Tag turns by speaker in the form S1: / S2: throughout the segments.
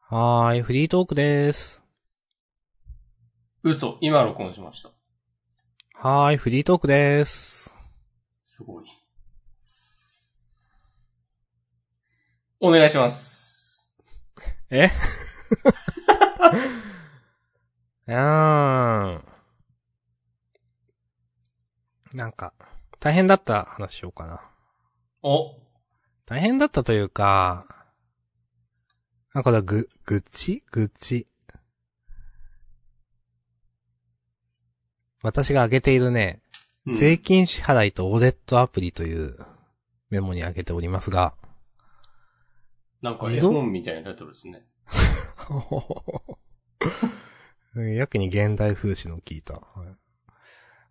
S1: はーい、フリートークでーす。
S2: 嘘、今録音しました。
S1: はーい、フリートークでーす。
S2: すごい。お願いします。
S1: えうーん。なんか、大変だった話しようかな。
S2: お、
S1: 大変だったというか、なんかだ、ぐ、愚痴愚痴。私が挙げているね、
S2: うん
S1: 税金支払いとオーレットアプリというメモに挙げておりますが、
S2: なんか絵
S1: 自動
S2: 本みたいなタイトルですね。
S1: やけに現代風刺の聞いた。はい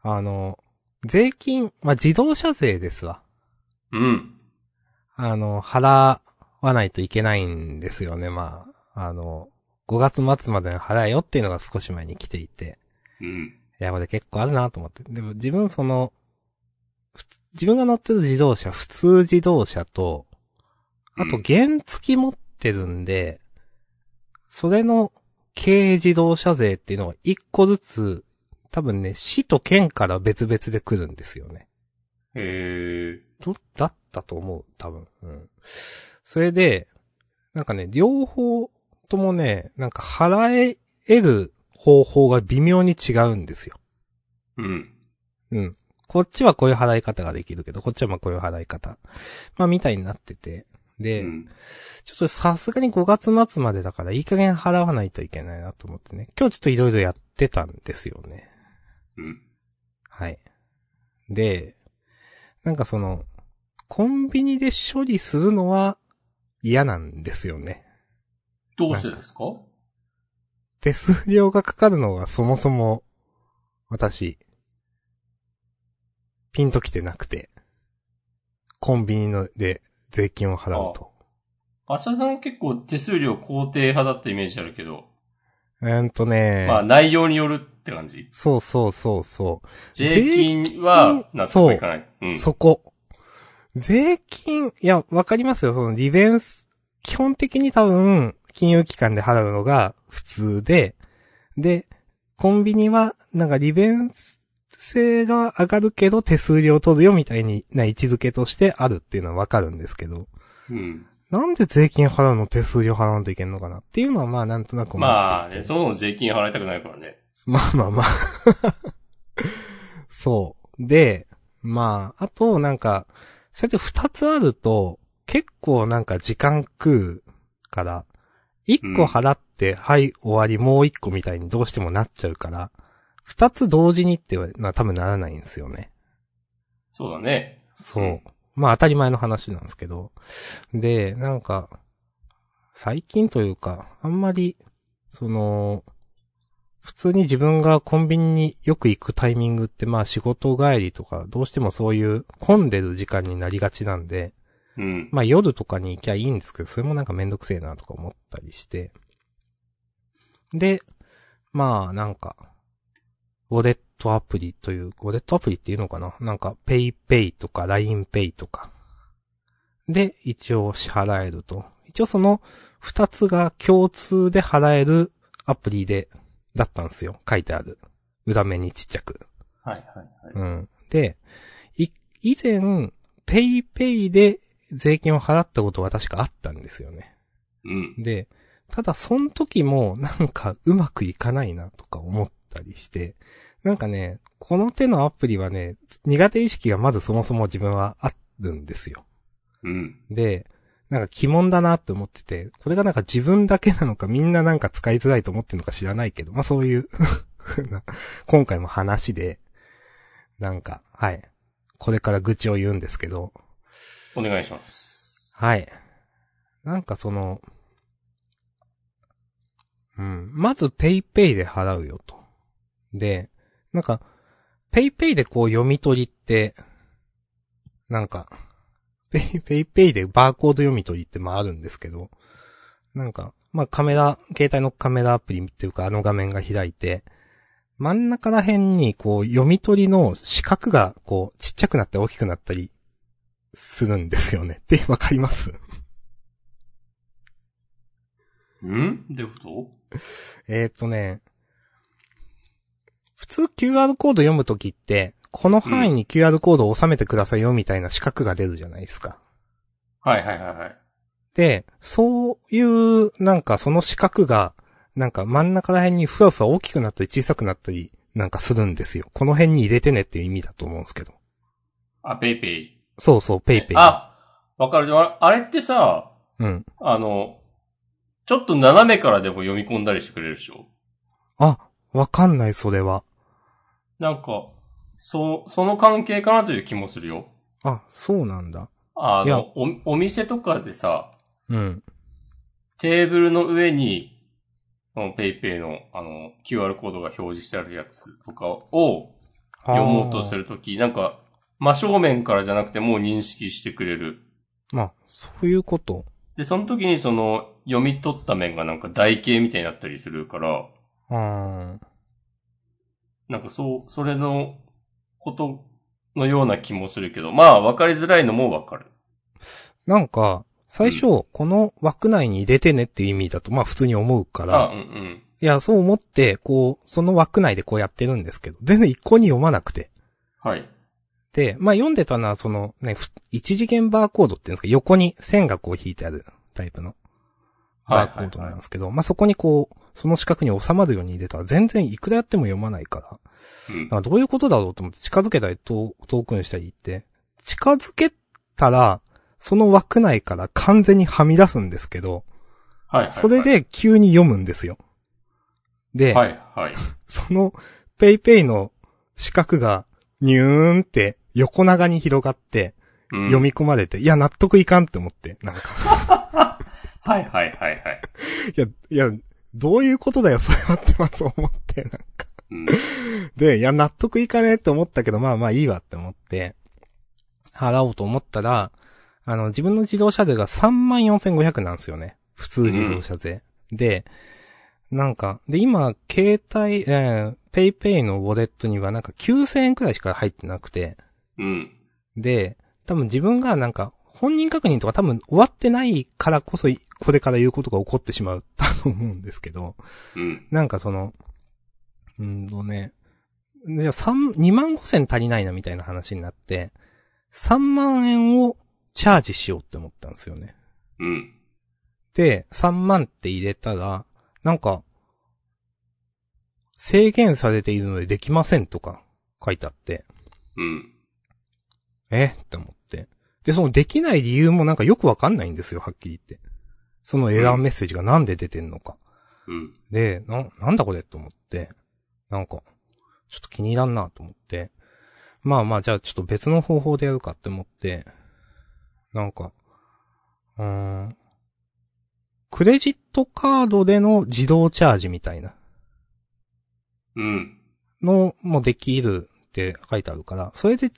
S1: あの、税金、まあ、自動車税ですわ。
S2: うん。
S1: あの、払わないといけないんですよね、まあ。あの、5月末までに払えよっていうのが少し前に来ていて。
S2: うん。
S1: いや、これ結構あるなと思って。でも自分その、ふつ自分が乗ってる自動車、普通自動車と、あと
S2: うん
S1: 原付き持ってるんで、それの軽自動車税っていうのが一個ずつ、多分ね、市と県から別々で来るんですよね。
S2: へえ。
S1: ど、だったと思う、多分。うん。それで、なんかね、両方ともね、なんか払え得る方法が微妙に違うんですよ。
S2: うん。
S1: うん。こっちはこういう払い方ができるけど、こっちはまあこういう払い方。まあ、みたいになってて。
S2: う
S1: で、
S2: ん。
S1: ちょっとさすがに5月末までだからいい加減払わないといけないなと思ってね。今日ちょっといろいろやってたんですよね。
S2: うん。
S1: はい。で、なんかその、コンビニで処理するのは嫌なんですよね。
S2: どうしてですか
S1: 手数料がかかるのがそもそも、私、ピンときてなくて、コンビニので税金を払うと。
S2: 明日さん結構手数料肯定派だったイメージあるけど、
S1: うーんとね、
S2: まあ内容によるって感じ。
S1: そうそうそうそう、
S2: 税金は納得いかない。うん。
S1: そこ。税金、いや、わかりますよ、その利便す、基本的に多分、金融機関で払うのが普通で、で、コンビニは、なんか利便性が上がるけど手数料取るよみたいにな位置づけとしてあるっていうのはわかるんですけど、
S2: うん。
S1: なんで税金払うの手数料払わんといけんのかなっていうのはまあなんとなく思
S2: ま
S1: っ
S2: あ
S1: てい
S2: ね、
S1: て。
S2: そもそも税金払いたくないからね。
S1: まあまあまあ。そう。で、まあ、あとなんか、それで二つあると、結構なんか時間食うから、一個払って、はい、終わり、もう一個みたいにどうしてもなっちゃうから、二つ同時にってはな多分ならないんですよね。
S2: そうだね。
S1: そう
S2: うん。
S1: まあ当たり前の話なんですけど。で、なんか、最近というか、あんまり、その、普通に自分がコンビニによく行くタイミングってまあ仕事帰りとか、どうしてもそういう混んでる時間になりがちなんで、
S2: うん。
S1: まあ夜とかに行きゃいいんですけど、それもなんかめんどくせえなとか思ったりして。で、まあなんか、ウォレットアプリという、ウォレットアプリっていうのかななんか PayPay とか LINEPay とか。で、一応支払えると。一応その二つが共通で払えるアプリで、だったんですよ。書いてある。裏面にちっちゃく。
S2: はいはいはい。
S1: うん。で、い、以前、ペイペイで税金を払ったことは確かあったんですよね。
S2: うん。
S1: で、ただその時もなんかうまくいかないなとか思ったりして、なんかね、この手のアプリはね、苦手意識がまずそもそも自分はあるんですよ。
S2: うん。
S1: で、なんか鬼門だなって思ってて、これがなんか自分だけなのかみんななんか使いづらいと思ってるのか知らないけど、まあそういう 風な、今回も話で、なんか、はい。これから愚痴を言うんですけど、
S2: お願いします。
S1: はい。なんかその、うん。まず PayPay ペイペイで払うよと。で、なんか、PayPay ペイペイでこう読み取りって、なんか、PayPay ペイペイでバーコード読み取りってまああるんですけど、なんか、まあカメラ、携帯のカメラアプリっていうかあの画面が開いて、真ん中ら辺にこう読み取りの四角がこうちっちゃくなったり大きくなったりするんですよね。ってわかります
S2: んどういうこ
S1: えーっとね、普通 QR コード読むときって、この範囲に QR コードを収めてくださいよみたいな四角が出るじゃないですか。
S2: とはいはいはいはい。
S1: で、そういう、なんかその四角が、なんか真ん中ら辺にふわふわ大きくなったり小さくなったりなんかするんですよ。この辺に入れてねっていう意味だと思うんですけど。
S2: あ、ペイペイ。
S1: そうそう、ペイペイ。
S2: あ、わかる。でもあれあれってさ、
S1: うん。
S2: あの、ちょっと斜めからでも読み込んだりしてくれるでしょ
S1: あ、わかんない、それは。
S2: なんか、そ、その関係かなという気もするよ。
S1: あ、そうなんだ。
S2: あ
S1: いや
S2: の、お、お店とかでさ、
S1: うん。
S2: テーブルの上に、そのペイペイの、あの、QR コードが表示してあるやつとかを読もうとす
S1: る。
S2: るとき、なんか、真正面からじゃなくてもう認識してくれる。
S1: まあ、そういうこと。
S2: で、その時にその、読み取った面がなんか台形みたいになったりするから、
S1: あー
S2: なんかそう、それのことのような気もするけど、まあ、わかりづらいのもわかる。
S1: なんか、最初、この枠内に入れてねっていう意味だと、まあ普通に思うか
S2: あ、
S1: ら
S2: うん、うん。
S1: いや、そう思って、こう、その枠内でこうやってるんですけど、全然一向に読まなくて。
S2: はい。
S1: で、まあ読んでたのは、そのね、ふ一次元バーコードっていうんですか、横に線がこう引いてあるタイプの
S2: は
S1: バ
S2: い
S1: ーコードなんですけど、まあそこにこう、その四角に収まるように入れたら全然いくらやっても読まないから、
S2: うん
S1: なんかどういうことだろうと思って近づけたり遠遠くにしたりって、近づけたら、その枠内から完全にはみ出すんですけど、
S2: はいはいはい。
S1: それで急に読むんですよ。で、
S2: はいはい。
S1: そのペイペイの四角がニューンって横長に広がって
S2: うん
S1: 読み込まれて、いや納得いかんって思って、なんか、
S2: はいはいはいはい。
S1: いや、いや、どういうことだよ、それはってまず思って、なんか
S2: うん。
S1: で、いや、納得いかねえって思ったけど、まあまあいいわって思って、払おうと思ったら、あの、自分の自動車税が34,500なんですよね。普通自動車税。で、なんか、で、今、携帯、えー、ペイペイのウォレットにはなんか9,000円くらいしか入ってなくて、
S2: うん。
S1: で、多分自分がなんか、本人確認とか多分終わってないからこそ、これから言うことが起こってしまう と思うんですけど、
S2: うん。
S1: なんかその、うんとね、じゃあ三2万5千足りないなみたいな話になって、3万円をチャージしようって思ったんですよね。
S2: うん。
S1: で、3万って入れたら、なんか、制限されているのでできませんとか書いてあって、
S2: うん。
S1: えって思って。で、そのできない理由もなんかよくわかんないんですよ、はっきり言って。そのエラーメッセージがなんで出てんのか。
S2: うん。
S1: で、な、なんだこれと思って、なんか、ちょっと気に入らんなと思って、まあまあ、じゃあちょっと別の方法でやるかって思って、なんか、うーん、クレジットカードでの自動チャージみたいな
S2: うん。
S1: のもできるって書いてあるから、それで、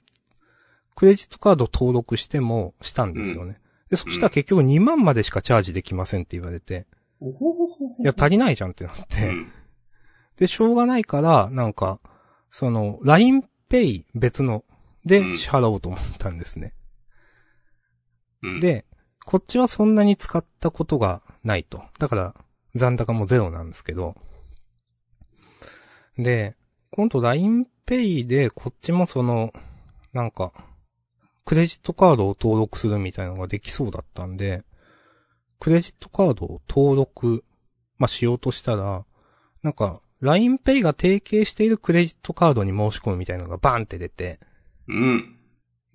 S1: クレジットカード登録してもしたんですよね。で、そしたら結局2万までしかチャージできませんって言われて、
S2: おほほほほ
S1: いや、足りないじゃんってなって、
S2: うん。
S1: で、しょうがないから、なんか、その、LINEPay 別ので
S2: うん
S1: 支払おうと思ったんですね。
S2: うん、
S1: で、こっちはそんなに使ったことがないと。だから、残高もゼロなんですけど。で、今度 LINEPay でこっちもその、なんか、クレジットカードを登録するみたいなのができそうだったんで、クレジットカードを登録、まあ、しようとしたら、なんか、LINEPay が提携しているクレジットカードに申し込むみたいなのがバーンって出て、
S2: うん。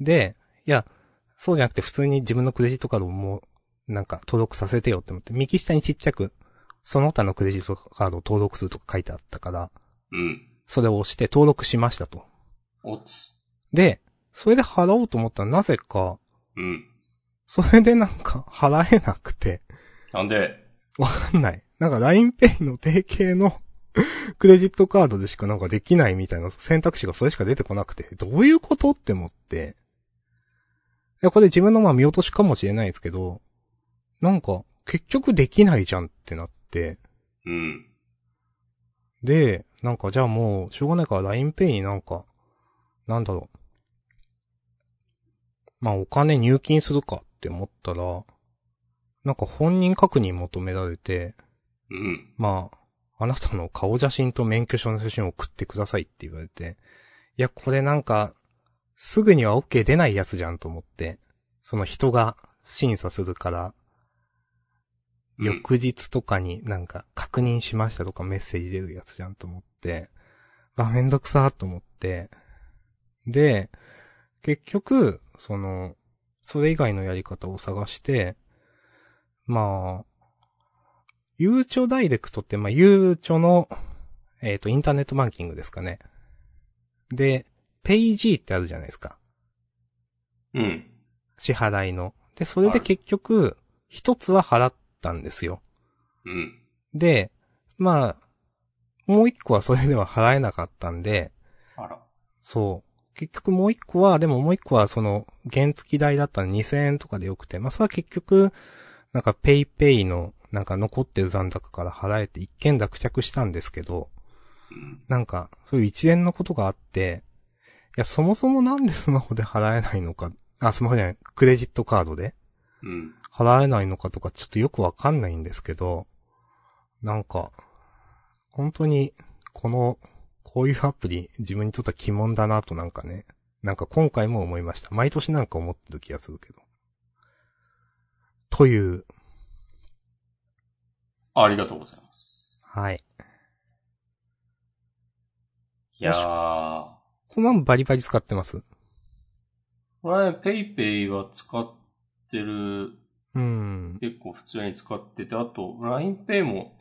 S1: で、いや、そうじゃなくて普通に自分のクレジットカードをもう、なんか登録させてよって思って、右下にちっちゃく、その他のクレジットカードを登録するとか書いてあったから、
S2: うん。
S1: それを押して登録しましたと。
S2: おつ。
S1: で、それで払おうと思ったらなぜか、
S2: うん。
S1: それでなんか払えなくて、
S2: なんで、
S1: わかんない。なんか LINEPay の提携の クレジットカードでしかなんかできないみたいな選択肢がそれしか出てこなくて、どういうことって思って。いや、これ自分のまあ見落としかもしれないですけど、なんか結局できないじゃんってなって、
S2: うん。
S1: で、なんかじゃあもうしょうがないから LINEPay になんか、なんだろう。まあお金入金するかって思ったら、なんか本人確認求められて、
S2: うん。
S1: まあ、あなたの顔写真と免許証の写真を送ってくださいって言われて、いや、これなんか、すぐには OK 出ないやつじゃんと思って、その人が審査するから、
S2: うん
S1: 翌日とかになんか確認しましたとかメッセージ出るやつじゃんと思って、あ、めんどくさーと思って、で、結局、その、それ以外のやり方を探して、まあ、ゆうちょダイレクトって、まあ、ゆうちょの、えっ、と、インターネットバンキングですかね。で、ペイジーってあるじゃないですか。
S2: うん。
S1: 支払いの。で、それで結局、一つは払ったんですよ。
S2: うん。
S1: で、まあ、もう一個はそれでは払えなかったんで、
S2: あら。
S1: そう。結局もう一個は、でももう一個はその、原付き代だったら2000円とかでよくて、まあそれは結局、なんかペイペイの、なんか残ってる残高から払えて一件落着したんですけど、
S2: うん。
S1: なんか、そういう一連のことがあって、いや、そもそもなんでスマホで払えないのか、あ、スマホじゃない、クレジットカードで
S2: うん。
S1: 払えないのかとかちょっとよくわかんないんですけど、なんか、本当に、この、こういうアプリ、自分にとっては鬼門だなとなんかね、なんか今回も思いました。毎年なんか思ってる気がするけど。という、
S2: ありがとうございます。
S1: はい。
S2: いやー。
S1: このままバリバリ使ってます。
S2: これね、ペイペイは使ってる、
S1: うん。
S2: 結構普通に使ってて、あと、LINEPay も、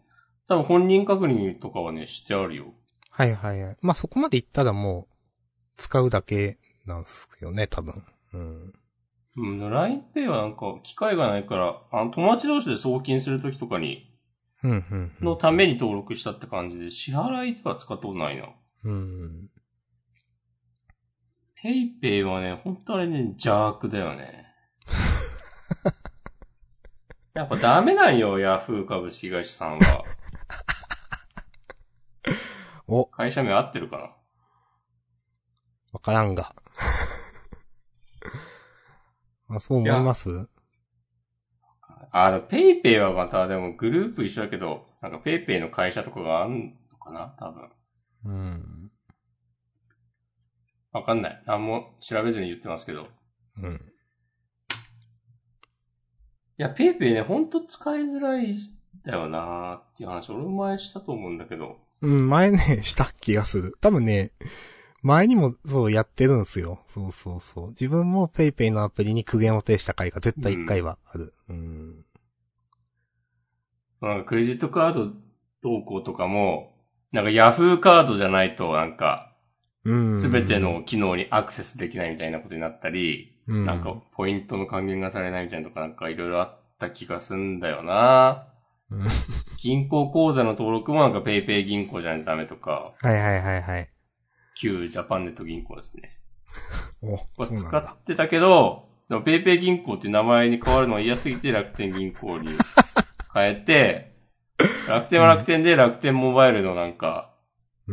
S2: 多分本人確認とかはね、してあるよ。
S1: はいはいはい。まあ、そこまで行ったらもう、使うだけなんすよね、多分。うん。
S2: うん、LINEPay はなんか、機会がないから、あの、友達同士で送金するときとかに、
S1: うん、うん。うん
S2: のために登録したって感じで、支払いとか使ったことないな。
S1: うん。
S2: ペイペイはね、本当あれね、邪悪だよね。やっぱダメなんよ、ヤフー株式会社さんは。
S1: お、
S2: 会社名合ってるかな
S1: わからんが。 あ、そう思います
S2: あ、だペイペイはまたでもグループ一緒だけど、なんかペイペイの会社とかがあんのかな多分。
S1: うん。
S2: わかんない。何も調べずに言ってますけど。い
S1: うん。
S2: や、ペイペイね、ほんと使いづらいんだよなーっていう話、俺も前したと思うんだけど。
S1: うん、前ね、 した気がする。多分ね、前にもそうやってるんですよ。そうそうそう。自分も PayPay のアプリに苦言を呈した回が絶対一回はある。うん。
S2: なんかクレジットカード動向とかも、なんかヤフーカードじゃないと、なんか、
S1: うん。
S2: すべての機能にアクセスできないみたいなことになったり、
S1: うん、
S2: なんか、ポイントの還元がされないみたいなとかなんかいろいろあった気がすんだよな
S1: うん
S2: 銀行口座の登録もなんかペイペイ銀行じゃないとダメとか、
S1: はいはいはいはい。
S2: 旧ジャパンネット銀行ですね。
S1: お、
S2: は
S1: そうなん
S2: 使
S1: だ。
S2: ってたけど、でもペイペイ銀行って名前に変わるのが嫌すぎて楽天銀 行に変えて、楽天は楽天で楽天モバイルのなんか、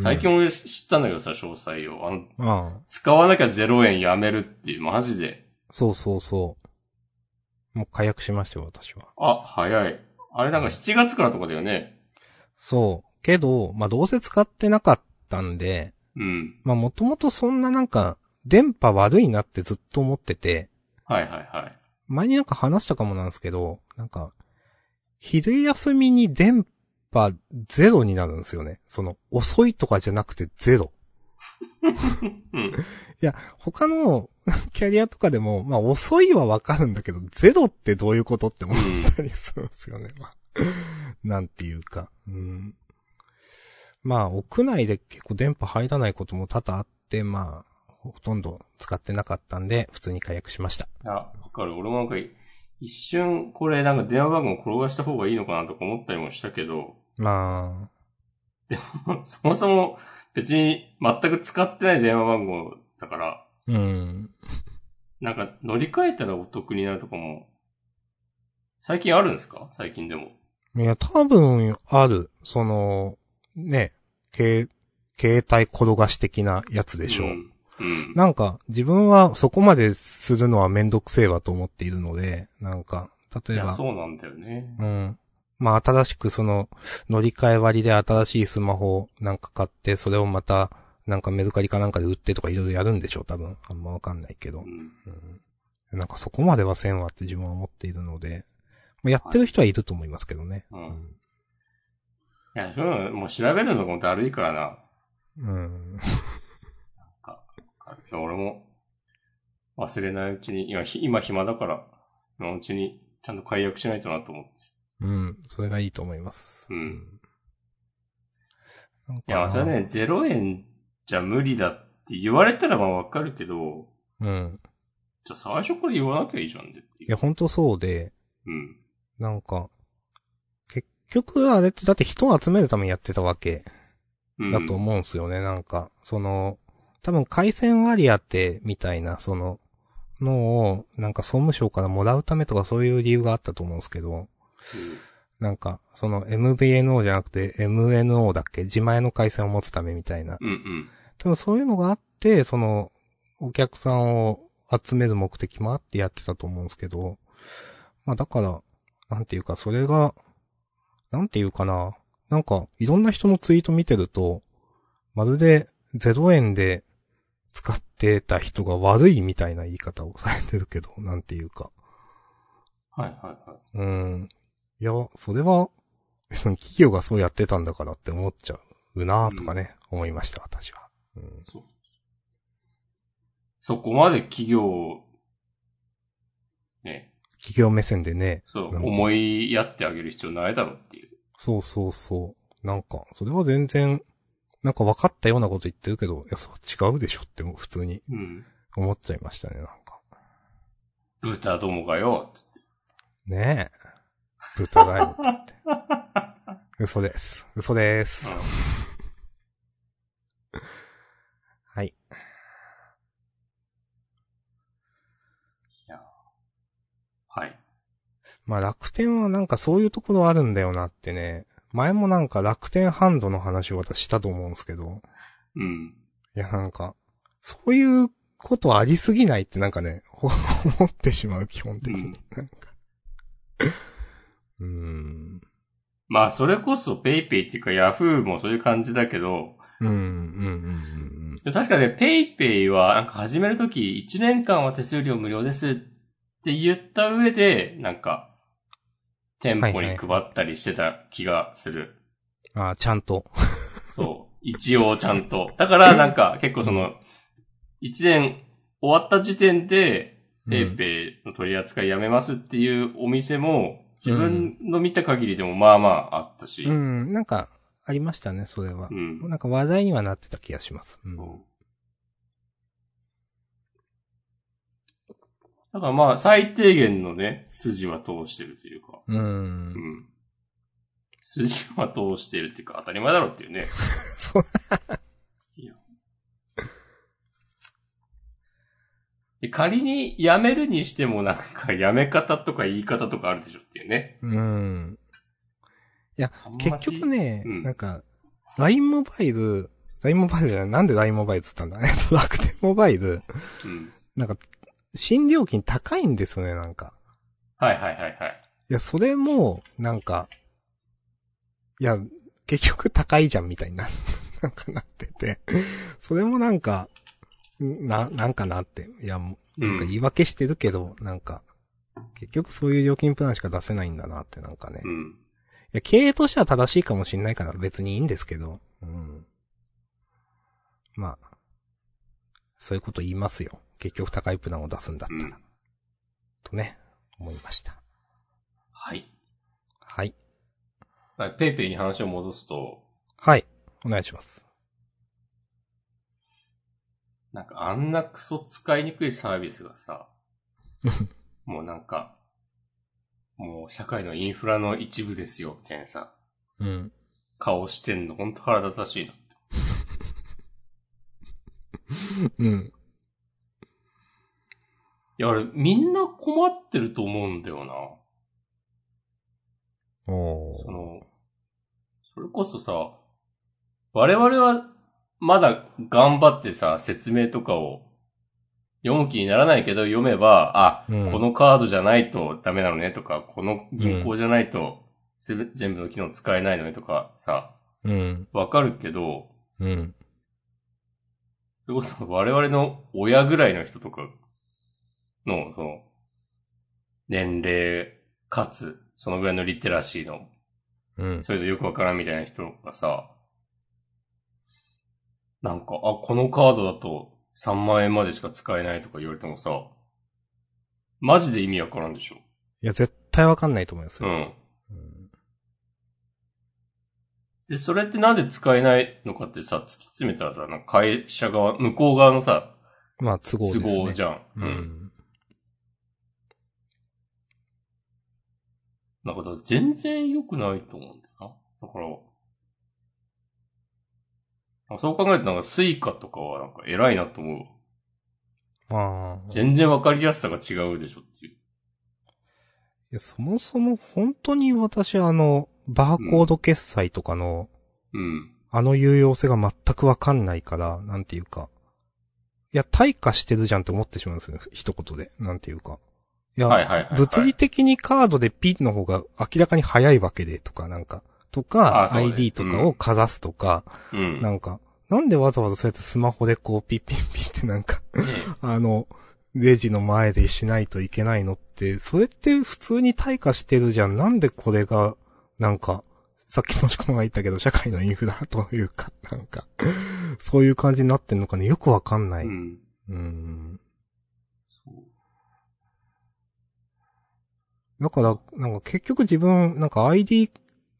S2: 最近俺知ったんだけどさ、詳細を。あの、
S1: うん、ああ
S2: 使わなきゃ0円やめるっていう、マジで。
S1: そうそうそう。もう解約しましたよ、私は。
S2: あ、早い。あれなんか7月からとかだよね。
S1: そう。けど、まあ、どうせ使ってなかったんで、
S2: うん。
S1: まあ、もともとそんななんか、電波悪いなってずっと思ってて、
S2: はいはいはい。
S1: 前になんか話したかもなんですけど、なんか、昼休みに電波ゼロになるんですよね。その、遅いとかじゃなくてゼロ。
S2: うん。
S1: いや、他の キャリアとかでも、まあ、遅いはわかるんだけど、ゼロってどういうことって思っ
S2: うん
S1: たりするんですよね。まあ、なんていうか。うん。まあ、屋内で結構電波入らないことも多々あって、まあ、ほとんど使ってなかったんで、普通に解約しました。
S2: いや、わかる。俺もなんか、一瞬、これなんか電話番号転がした方がいいのかなとか思ったりもしたけど、
S1: ま
S2: そもそも別に全く使ってない電話番号だから、
S1: あ、うん。
S2: なんか乗り換えたらお得になるとかも、最近あるんですか最近でも。
S1: いや、多分、ある、その、ね、携、携帯転がし的なやつでしょう。
S2: ん。うん。
S1: なんか、自分はそこまでするのはめんどくせえわと思っているので、なんか、例え
S2: いや、
S1: ば、
S2: そうなんだよね。
S1: うん。まあ新しくその乗り換え割で新しいスマホなんか買って、それをまたなんかメルカリかなんかで売ってとかいろいろやるんでしょう、多分。あんまわかんないけど
S2: う。ん。
S1: うん。なんかそこまではせんわって自分は思っているので、まあ、やってる人はいると思いますけどね。
S2: う。
S1: うんん。
S2: いや、そういうの、もう調べるのがだるいからな。
S1: うん。
S2: いや俺も、忘れないうちに、今、ひ今暇だから、今のうちに、ちゃんと解約しないとなと思って。
S1: うん。それがいいと思います。
S2: うん
S1: なんか
S2: いや、それは。ね、0円じゃ無理だって言われたらまあわかるけど、
S1: うん。
S2: じゃあ最初から言わなきゃいいじゃんでってい
S1: いや、
S2: う。
S1: ほんとそうで、
S2: うん。
S1: なんか、結局あれってだって人を集めるためにやってたわけ
S2: うん。
S1: だと思うんすよね、なんか。その、多分回線割り当てみたいな、その、のを、なんか総務省からもらうためとかそういう理由があったと思うんですけど、なんか、その MVNO じゃなくて MNO だっけ自前の回線を持つためみたいな
S2: うん。うん
S1: 多分そういうのがあって、その、お客さんを集める目的もあってやってたと思うんですけど、まあだから、なんていうか、それが、なんていうかな、なんか、いろんな人のツイート見てると、まるで0円で使ってた人が悪いみたいな言い方をされてるけど、なんていうか。
S2: うん。はいはいはい。
S1: うん。いや、それは、別に企業がそうやってたんだからって思っちゃうなぁとかね、思いました、私は。うん。
S2: そう。そこまで企業を、ね、
S1: 企業目線でね、
S2: そう、
S1: なんか
S2: 思いやってあげる必要ないだろうっていう。
S1: そうそうそう。なんか、それは全然、なんか分かったようなこと言ってるけど、いや、そう違うでしょってもう普通に
S2: うん。
S1: 思っちゃいましたね、なんか。
S2: 豚どもがよ、つって。
S1: ねえ。豚がよ、つ って。嘘です。嘘です。はい。
S2: はい。
S1: まあ楽天はなんかそういうところあるんだよなってね。前もなんか楽天ハンドの話を私したと思うんですけど。
S2: うん。
S1: いや、なんか、そういうことありすぎないってなんかね、 ほ思ってしまう、基本的
S2: う
S1: に
S2: ん。
S1: なんか。うーん。
S2: まあ、それこそペイペイっていうかヤフーもそういう感じだけど、
S1: うん、うん、うん、
S2: で確かね、ペイペイは、なんか始めるとき、1年間は手数料無料ですって言った上で、なんか、店舗に配ったりしてた気がする。
S1: うん。ああ、ちゃんと。
S2: そう。一応ちゃんと。だから、なんか、結構その、1年終わった時点で、ペイペイの取り扱いやめますっていうお店も、自分の見た限りでもまあまああったし。
S1: うん、うんなんか、ありましたね、それは
S2: う。ん
S1: なんか話題にはなってた気がします。うん。
S2: だからまあ、最低限のね、筋は通してるというか、
S1: う。
S2: うんん。筋は通してるっていうか、当たり前だろっていうね。
S1: そう。
S2: で仮に辞めるにしてもなんか、辞め方とか言い方とかあるでしょっていうね。
S1: うん。
S2: あんまし
S1: 結局。ね、
S2: うん
S1: なんか、LINE モバイル、LINE モバイルじゃない、なんで LINE モバイルっつったんだえっと、楽天モバイル、
S2: うん。
S1: なんか、新料金高いんですよね、なんか。
S2: はいはいはいはい。
S1: いや、それも、なんか、いや、結局高いじゃんみたいにな、 なんかなってて、それもなんか、な、なんかなって、いや、もうなんか言い訳してるけど、なんか、結局そういう料金プランしか出せないんだなって、なんかね。
S2: う
S1: い
S2: ん。
S1: や、経営としては正しいかもしんないから別にいいんですけど、うん。まあ、そういうこと言いますよ。結局高いプランを出すんだ
S2: う
S1: った
S2: ん
S1: ら、。とね、思いました。
S2: はい。
S1: はい。
S2: まあペイペイに話を戻すと、
S1: はい。お願いします。
S2: なんかあんなクソ使いにくいサービスがさ、もうなんか、もう社会のインフラの一部ですよ、みたいなさ、
S1: うん。
S2: 顔してんの、ほんと腹立たしいな。
S1: うん。
S2: いや、俺、みんな困ってると思うんだよな。
S1: お
S2: そ
S1: ー。
S2: の、それこそさ、我々はまだ頑張ってさ、説明とかを読む気にならないけど読めば、あ、
S1: うん
S2: このカードじゃないとダメなのねとか、この銀行じゃないと全部全部の機能使えないのねとかさ、
S1: うん。
S2: わかるけど、
S1: うん。
S2: それこそ我々の親ぐらいの人とかの、その、年齢、かつ、そのぐらいのリテラシーの、
S1: うん。
S2: それでよくわからんみたいな人がさ、なんか、あ、このカードだと3万円までしか使えないとか言われてもさ、マジで意味わからんでしょ。
S1: いや、絶対わかんないと思います
S2: う
S1: よ。
S2: ん。
S1: うん。
S2: で、それってなんで使えないのかってさ、突き詰めたらさ、なんか会社側、向こう側のさ、
S1: まあ、都合です
S2: 都
S1: ね。
S2: 合じゃん。
S1: う。ん。
S2: なんかだから全然良くないと思うんだよな。だから、なんかそう考えるとなんかスイカとかはなんか偉いなと思うわ。
S1: まあ、い
S2: 全然わかりやすさが違うでしょっていう。
S1: やそもそも本当に私あの、バーコード決済とかの、
S2: うん。
S1: あの有用性が全くわかんないから、なんていうか。いや、対価してるじゃんって思ってしまうんですよね。一言で。なんていうか。いや、
S2: はいはいはい、はい。
S1: 物理的にカードでピンの方が明らかに早いわけで、とか、なんか、と
S2: あ
S1: か、
S2: そうね
S1: ID とかをかざすとか、
S2: うん。
S1: なんか、なんでわざわざそうやってスマホでこうピッピッピッってなんか、
S2: ね
S1: あの、レジの前でしないといけないのって、それって普通に対価してるじゃん。なんでこれが、なんか、さっきもしこまが言ったけど、社会のインフラというか、なんか、そういう感じになってんのかね。よくわかんない。
S2: う。
S1: うんーん。
S2: そう
S1: だから、なんか結局自分、なんか ID、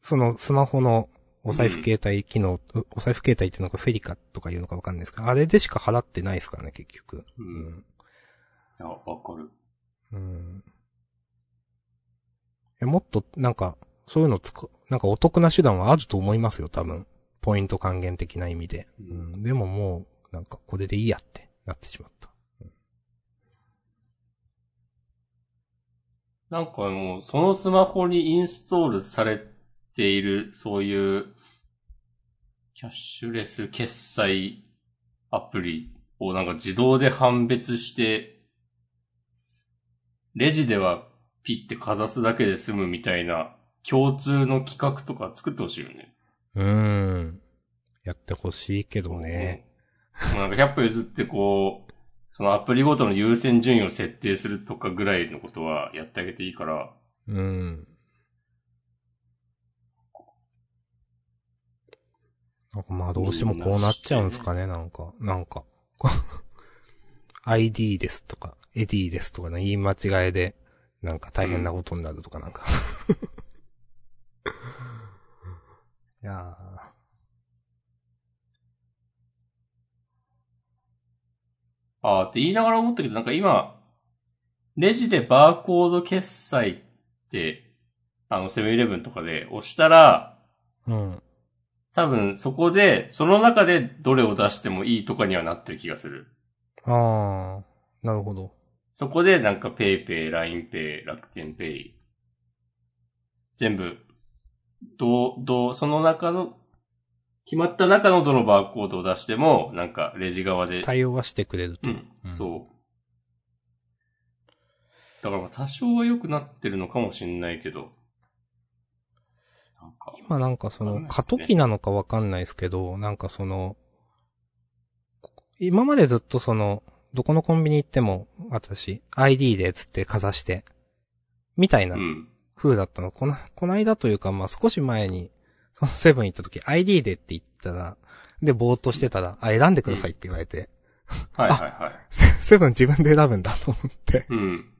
S1: そのスマホのお財
S2: うん
S1: 布携帯機能、お財布携帯っていうのかフェリカとかいうのかわかんないですけど、あれでしか払ってないですからね、結局。う
S2: うん。いや、わかる。
S1: うん。え、もっと、なんか、そういうのつく、なんかお得な手段はあると思いますよ、多分。ポイント還元的な意味で。
S2: う
S1: うんん。でももう、なんか、これでいいやってなってしまった。
S2: なんかもう、そのスマホにインストールされている、そういう、キャッシュレス決済アプリをなんか自動で判別して、レジではピッてかざすだけで済むみたいな共通の企画とか作ってほしいよね。
S1: うーん。やってほしいけどね。
S2: もうなんか100歩譲ってこう、そのアプリごとの優先順位を設定するとかぐらいのことはやってあげていいから、
S1: うん。なんかまあどうしてもこうなっちゃうんですかね、なんか。なんか。 こう ID ですとか、エディですとかの言い間違えで、なんか大変なことになるとかなんか。 いや
S2: ああって言いながら思ったけど、なんか今、レジでバーコード決済って、あの、セブンイレブンとかで押したら、
S1: ー。うん。
S2: 多分そこで、その中でどれを出してもいいとかにはなってる気がする。
S1: ああ、なるほど。
S2: そこでなんか PayPay、LINEPay、楽天 Pay、全部、どう、どう、その中の、決まった中のどのバーコードを出しても、なんかレジ側で
S1: 対応はしてくれると。
S2: うん、そう。だからまあ多少は良くなってるのかもしんないけど。なんか、
S1: 今なんかそ
S2: わか
S1: の
S2: んないです
S1: 過
S2: ね
S1: 渡期なのかわかんないですけど、なんかその、今までずっとその、どこのコンビニ行っても、私、ID でつってかざして、みたいな
S2: うん。
S1: 風だったの。こな、こないだというか、まあ、少し前に、そのセブン行った時、ID でって言ったら、で、ぼーっとしてたら、あ、選んでくださいって言われて、
S2: はいはいはい。
S1: セブン自分で選ぶんだと思って、
S2: うん。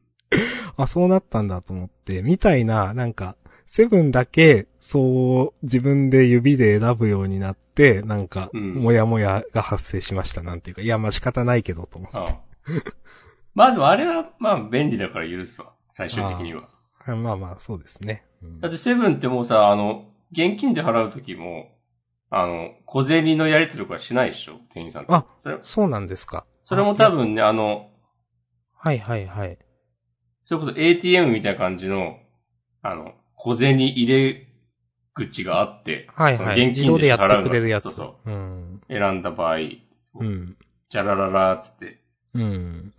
S1: あ、そうなったんだと思って、みたいな、なんか、セブンだけ、そう、自分で指で選ぶようになって、なんか、
S2: うん
S1: もやもやが発生しました、なんていうか。いや、まあ仕方ないけど、と思って。
S2: ああまあでもあれは、まあ便利だから許すわ。最終的には。
S1: まあまあ、そうですね。うん
S2: だってセブンってもうさ、あの、現金で払うときも、あの、小銭のやり取りとかしないでしょ店員さんと
S1: あ
S2: それ、
S1: そうなんですか。
S2: それも多分ね、あの、
S1: あ。いやはいはいはい。
S2: それこそ ATM みたいな感じの、あの、小銭入れ口があって、
S1: はいはい。
S2: 現
S1: 自
S2: 金
S1: 動
S2: で
S1: で
S2: 支
S1: や
S2: 払うの
S1: ってくれるやつ。。
S2: そうそう
S1: ん。
S2: う。選んだ場合、
S1: うん。
S2: じゃらららーっつって。
S1: うん。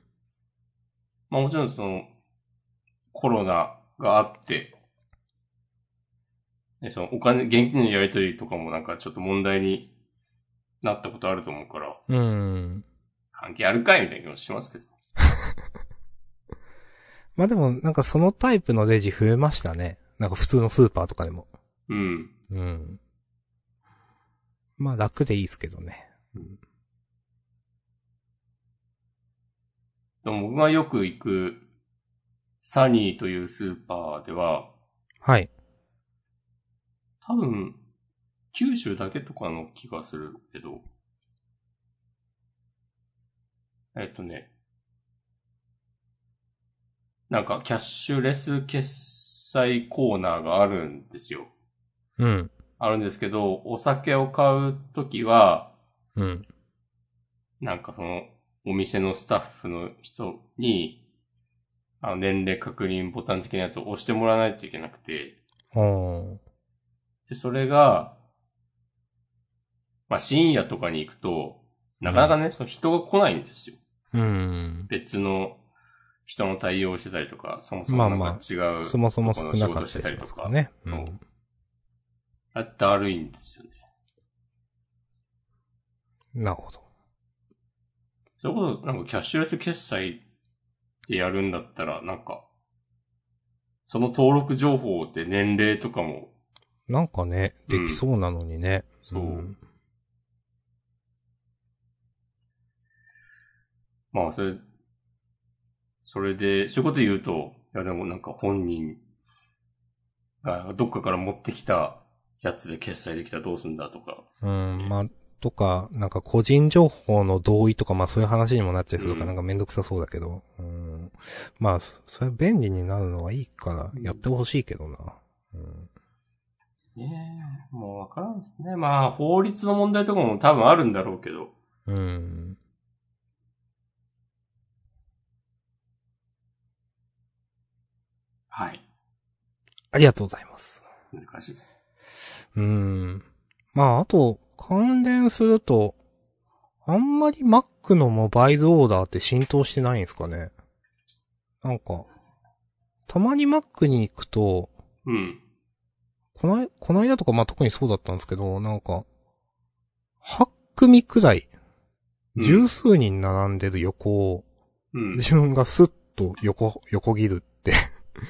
S2: まあもちろんその、コロナがあって、ね、そのお金、現金のやり取りとかもなんかちょっと問題になったことあると思うから、
S1: うん。
S2: 関係あるかいみたいな気もしますけど。
S1: まあでも、なんかそのタイプのレジ増えましたね。なんか普通のスーパーとかでも。
S2: うん。
S1: うん。まあ楽でいいですけどね。
S2: でも僕がよく行く、サニーというスーパーでは、
S1: はい。
S2: 多分、九州だけとかの気がするけど、えっとね、なんかキャッシュレス決済コーナーがあるんですよ。
S1: うん。
S2: あるんですけど、お酒を買うときは、
S1: うん。
S2: なんかその、お店のスタッフの人に、あの、年齢確認ボタン付きのやつを押してもらわないといけなくて、
S1: おー。
S2: で、それが、まあ、深夜とかに行くと、なかなかね、その人が来ないんですよ。
S1: うん。
S2: 別の人の対応をしてたりとか、そもそ
S1: まあ
S2: も
S1: まあ
S2: なんか違う。
S1: そもそも少なか
S2: とこの仕事
S1: っ
S2: して
S1: た
S2: た
S1: り
S2: り
S1: と
S2: と
S1: か
S2: か
S1: ね。う。
S2: そうんあだるいんですよね。
S1: なるほど。
S2: それこそ、なんかキャッシュレス決済でやるんだったら、なんか、その登録情報って年齢とかも、
S1: なんかね、できそうなのにね。
S2: そう。
S1: うん
S2: まあ、それ、それで、そういうこと言うと、いやでもなんか本人がどっかから持ってきたやつで決済できたらどうすんだとか。
S1: うん、まあ、とか、なんか個人情報の同意とか、まあそういう話にもなっちゃいそうだから、
S2: うん
S1: なんかめんどくさそうだけど、うん。まあ、そそれ便利になるのはいいから、やってほしいけどな。うん。
S2: ねえ、もうわからんですね。まあ、法律の問題とかも多分あるんだろうけど。
S1: うん。
S2: はい。
S1: ありがとうございます。
S2: 難しいですね。
S1: うん。まあ、あと、関連すると、あんまり Mac のモバイルオーダーって浸透してないんですかね。なんか、たまに Mac に行くと、
S2: うん。
S1: こない、こないだとか、まあ、特にそうだったんですけど、なんか、8組くらい、
S2: うん
S1: 十数人並んでる横を、
S2: うん。
S1: 自分がスッと横、横切るって、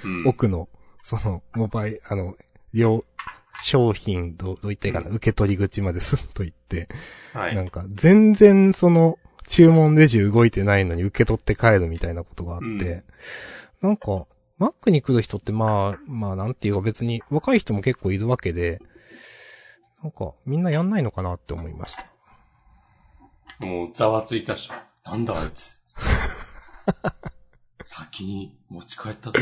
S2: うん
S1: 奥の、その、モバイル、あの、両、商品、どう、どう言ったらいいかな、受け取り口までスッと行って、
S2: はい。
S1: なんか、全然その、注文レジ動いてないのに受け取って帰るみたいなことがあって、
S2: うん
S1: なんか、マックに来る人ってまあ、まあなんていうか別に若い人も結構いるわけで、なんかみんなやんないのかなって思いました。
S2: もう、ざわついたっしょ。なんだあい つ。先に持ち帰ったぞ。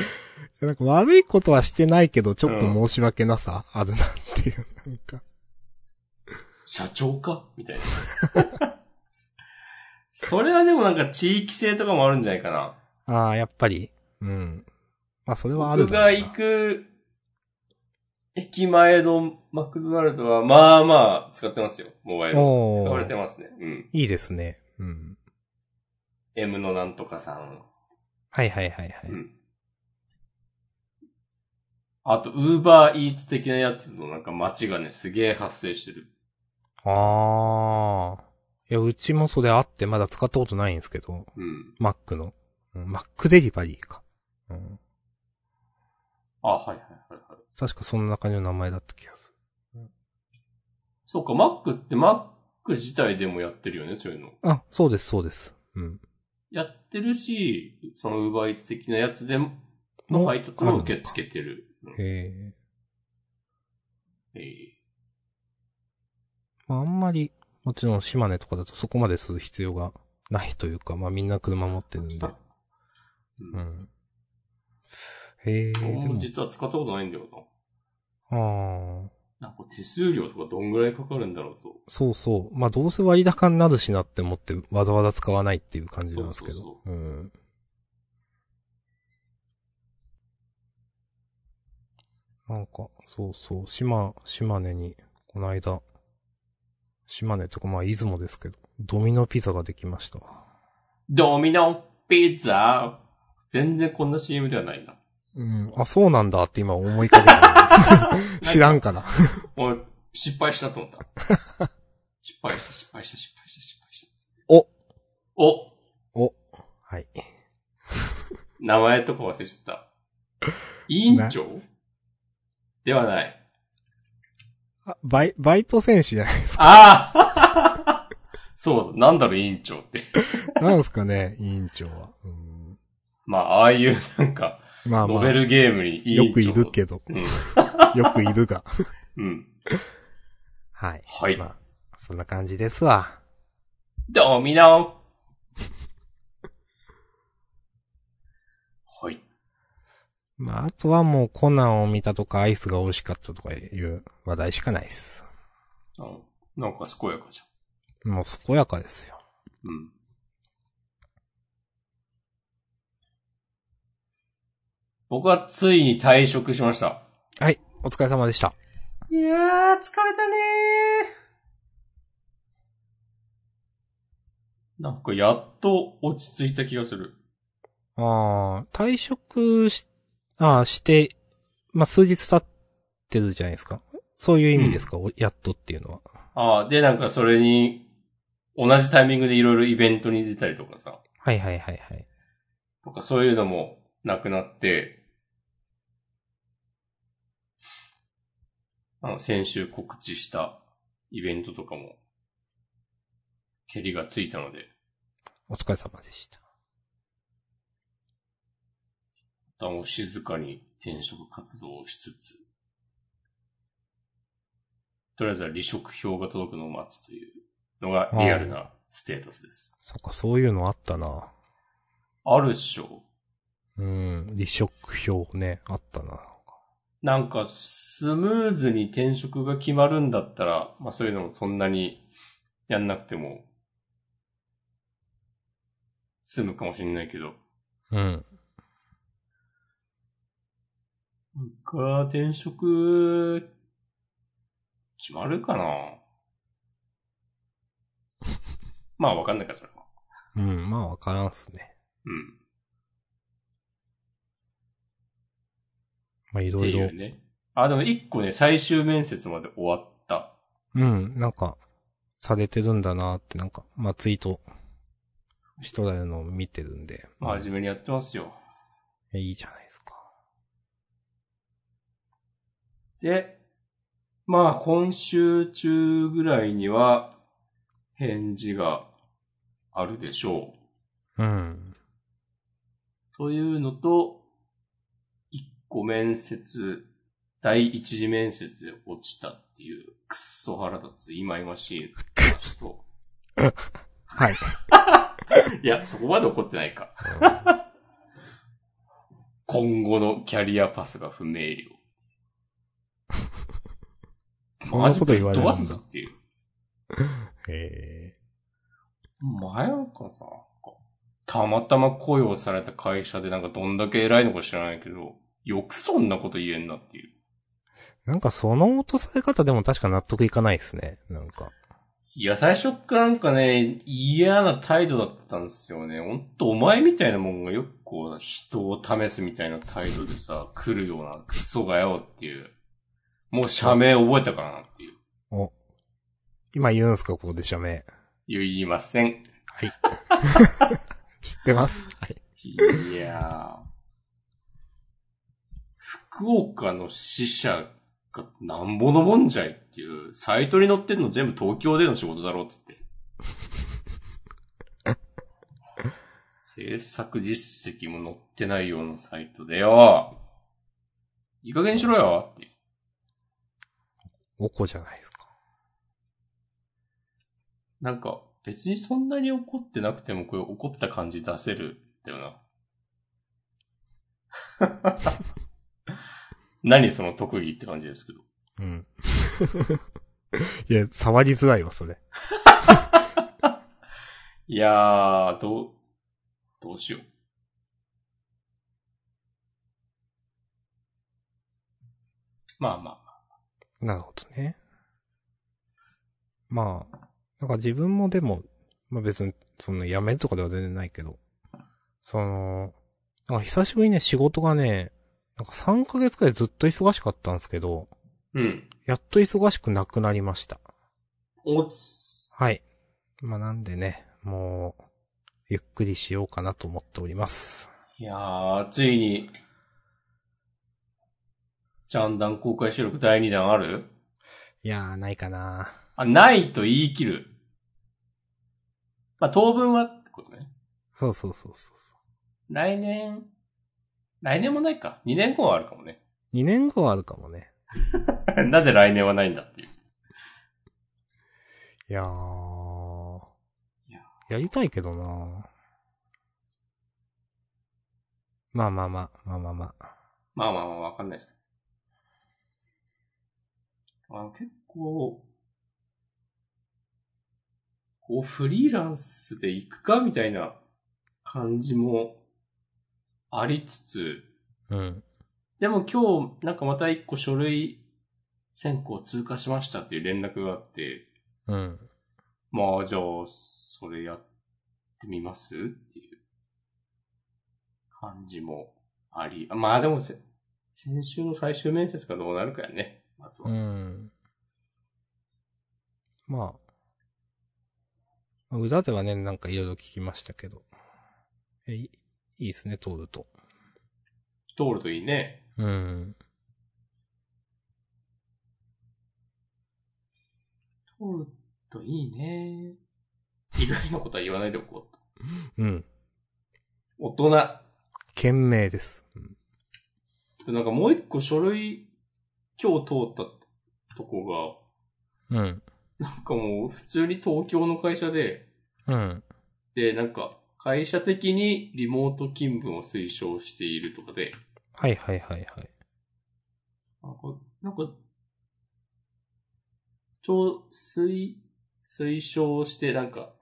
S1: なんか悪いことはしてないけど、ちょっと申し訳なさあるなっていう、なんか。
S2: 社長かみたいな。それはでもなんか地域性とかもあるんじゃないかな。
S1: ああ、やっぱり。うん。まあそれはある
S2: 僕
S1: だろ
S2: が
S1: うな
S2: 行く、駅前のマクドナルドは、まあまあ、使ってますよ。モバイル。
S1: おー
S2: 使われてますね。うん。
S1: いいですね。うん。
S2: M のなんとかさん。
S1: はいはいはいはい。
S2: うん。あと、ウーバーイーツ的なやつのなんか街がね、すげえ発生してる。
S1: ああ。いや、うちもそれあってまだ使ったことないんですけど、
S2: うん。
S1: マックの。うんマックデリバリーか。うん。
S2: あ、はいはいはいはい。
S1: 確かそんな感じの名前だった気がす
S2: そうか、マックってマック自体でもやってるよね、そういうの。
S1: る。あ、そうです、そうです。うん。
S2: やってるし、そのウーバーイーツ的なやつでも、
S1: も
S2: の
S1: う
S2: 配達も受け付けてる。
S1: へえ。
S2: ええ
S1: まあ、あんまり、もちろん島根とかだとそこまでする必要がないというか、まあみんな車持ってるんで。
S2: う
S1: うんん。へえ、で
S2: 僕も
S1: も、
S2: 実は使ったことないんだよ
S1: ああ、
S2: な。なんか手数料とかどんぐらいかかるんだろうと。
S1: そうそう。まあどうせ割高になるしなって思ってわざわざ使わないっていう感じなんですけど。
S2: そうそう
S1: うん。なんか、そうそう、島、島根に、こないだ、島根とかまあ出雲ですけど、ドミノピザができましたわ。
S2: ドミノピザ全然こんな CM ではないな。
S1: うん。あ、そうなんだって今思いかけた。 知らんから。
S2: 俺、失敗したと思った。失敗した、失敗した、失敗した、失敗した。
S1: お
S2: お
S1: はい。
S2: 名前とか忘れちゃった。委員長ではない。
S1: あバイ、バイト選手じゃない
S2: ああそう、なんだろう、委員長って。
S1: なんですかね、委員長は。うん
S2: まあ、ああいうなんか、
S1: まあ
S2: ノ
S1: ま
S2: ベ
S1: あ、
S2: ルゲームに委員長。
S1: よくいるけど、
S2: うん。
S1: よくいるが。
S2: うん。
S1: はい。
S2: はい。
S1: まあ、そんな感じですわ。
S2: ドミノ はい。
S1: まあ、あとはもうコナンを見たとか、アイスが美味しかったとかいう話題しかないです。
S2: あなんか健やかじゃ
S1: もう健やかですよ。
S2: ん。うん。僕はついに退職しました。
S1: はい。お疲れ様でした。
S2: いやー、疲れたねー。なんかやっと落ち着いた気がする。
S1: ああ、退職し、ああ、して、まあ、数日経ってるじゃないですか。そういう意味ですか、おやっとっていうのは。
S2: ああ、で、なんかそれに、同じタイミングでいろいろイベントに出たりとかさ、
S1: はいはいはいはい。
S2: とかそういうのもなくなって、あの、先週告知したイベントとかも、蹴りがついたので、
S1: お疲れ様でした。
S2: 一旦静かに転職活動をしつつ、とりあえずは離職票が届くのを待つというのがリアルなステータスです。
S1: そっか、そういうのあったな。
S2: あるっしょ
S1: うん、離職票ね、あったな。
S2: なんかスムーズに転職が決まるんだったら、まあそういうのもそんなにやんなくても済むかもしれないけど、
S1: うん。
S2: 僕は転職、決まるかな まあわかんないから、それは。
S1: うん、まあわからんっすね。
S2: うん。
S1: まあい
S2: っ
S1: ろ
S2: て
S1: い
S2: い
S1: ろ
S2: う。ね。あ、でも一個ね、最終面接まで終わった。
S1: うん、なんか、されてるんだなって、なんか、まあツイート、しとられるのを見てるんで。
S2: まあ、真面目にやってますよ。
S1: えいいじゃないですか。
S2: で、まあ、今週中ぐらいには、返事があるでしょ
S1: うん。
S2: う。というのと、一個面接、第一次面接で落ちたっていう、くっそ腹立つ、今々し い話と。
S1: はい。
S2: いや、そこまで怒ってないか。今後のキャリアパスが不明瞭。
S1: そんなこと言われるんだ
S2: マジぶっ飛ばすぞっていう。
S1: え
S2: 前なんかさ、たまたま雇用された会社でなんかどんだけ偉いのか知らないけど、よくそんなこと言えんなっていう。
S1: ー、なんかその落とされ方でも確か納得いかないですね。なんか。
S2: いや、最初っからなんかね、嫌な態度だったんですよね。ほんと、お前みたいなもんがよくこう、人を試すみたいな態度でさ、来るようなクソがよっていう。もう社名覚えたからなっていう。
S1: 今言うんすか、ここで社名。
S2: 言いません。
S1: はい。 知ってます。はい。
S2: いやー。福岡の死者がなんぼのもんじゃいっていう、サイトに載ってんの全部東京での仕事だろうっつって。制作実績も載ってないようなサイトでよ。いい加減にしろよって。
S1: おこじゃないですか。
S2: なんか、別にそんなに怒ってなくても、こういう怒った感じ出せる、だよな。何その特技って感じですけど。
S1: うん。 いや、触りづらいわ、それ。
S2: いやー、どう、どうしよう。まあまあ。
S1: なるほどね。まあ、なんか自分もでも、まあ別に、そんな辞めるとかでは全然ないけど、その、なんか久しぶりにね、仕事がね、なんか3ヶ月くらいずっと忙しかったんですけど、
S2: うん。
S1: やっと忙しくなくなりました。
S2: おつ。
S1: はい。まあなんでね、もう、ゆっくりしようかなと思っております。
S2: いやー、ついに、ジャンダン公開収録第2弾ある
S1: いやー、ないかな
S2: あ、ないと言い切る。まあ、当分はってことね。
S1: そうそうそうそうそ
S2: 来年、来年もないか。2年後はあるかもね。
S1: う。2年後はあるかもね。
S2: なぜ来年はないんだっていう。
S1: いやー
S2: いや。
S1: やりたいけどなまあまあまあ、まあまあまあ。
S2: まあまあまあ、わかんないです。あ結構、こう、フリーランスで行くかみたいな感じもありつつ、
S1: うん。
S2: でも今日、なんかまた一個書類選考通過しましたっていう連絡があって、
S1: うん。
S2: まあじゃあ、それやってみますっていう感じもあり。あまあでもせ、先週の最終面接がどうなるかやね。まずは。
S1: うん。まあ、裏ではね、なんかいろいろ聞きましたけど。え、いいいですね、通ると。
S2: 通るといいね。
S1: うん。
S2: 通るといいね。意外なことは言わないでおこうと。
S1: うん。
S2: 大人。
S1: 賢明です。
S2: でなんかもう一個書類、今日通ったとこ
S1: うん。
S2: が、なんかもう普通に東京の会社で、
S1: うん。
S2: で、なんか、会社的にリモート勤務を推奨しているとかで、
S1: はいはいはいはい。
S2: なんか、なんか、ちょう、推、推奨して、なんか、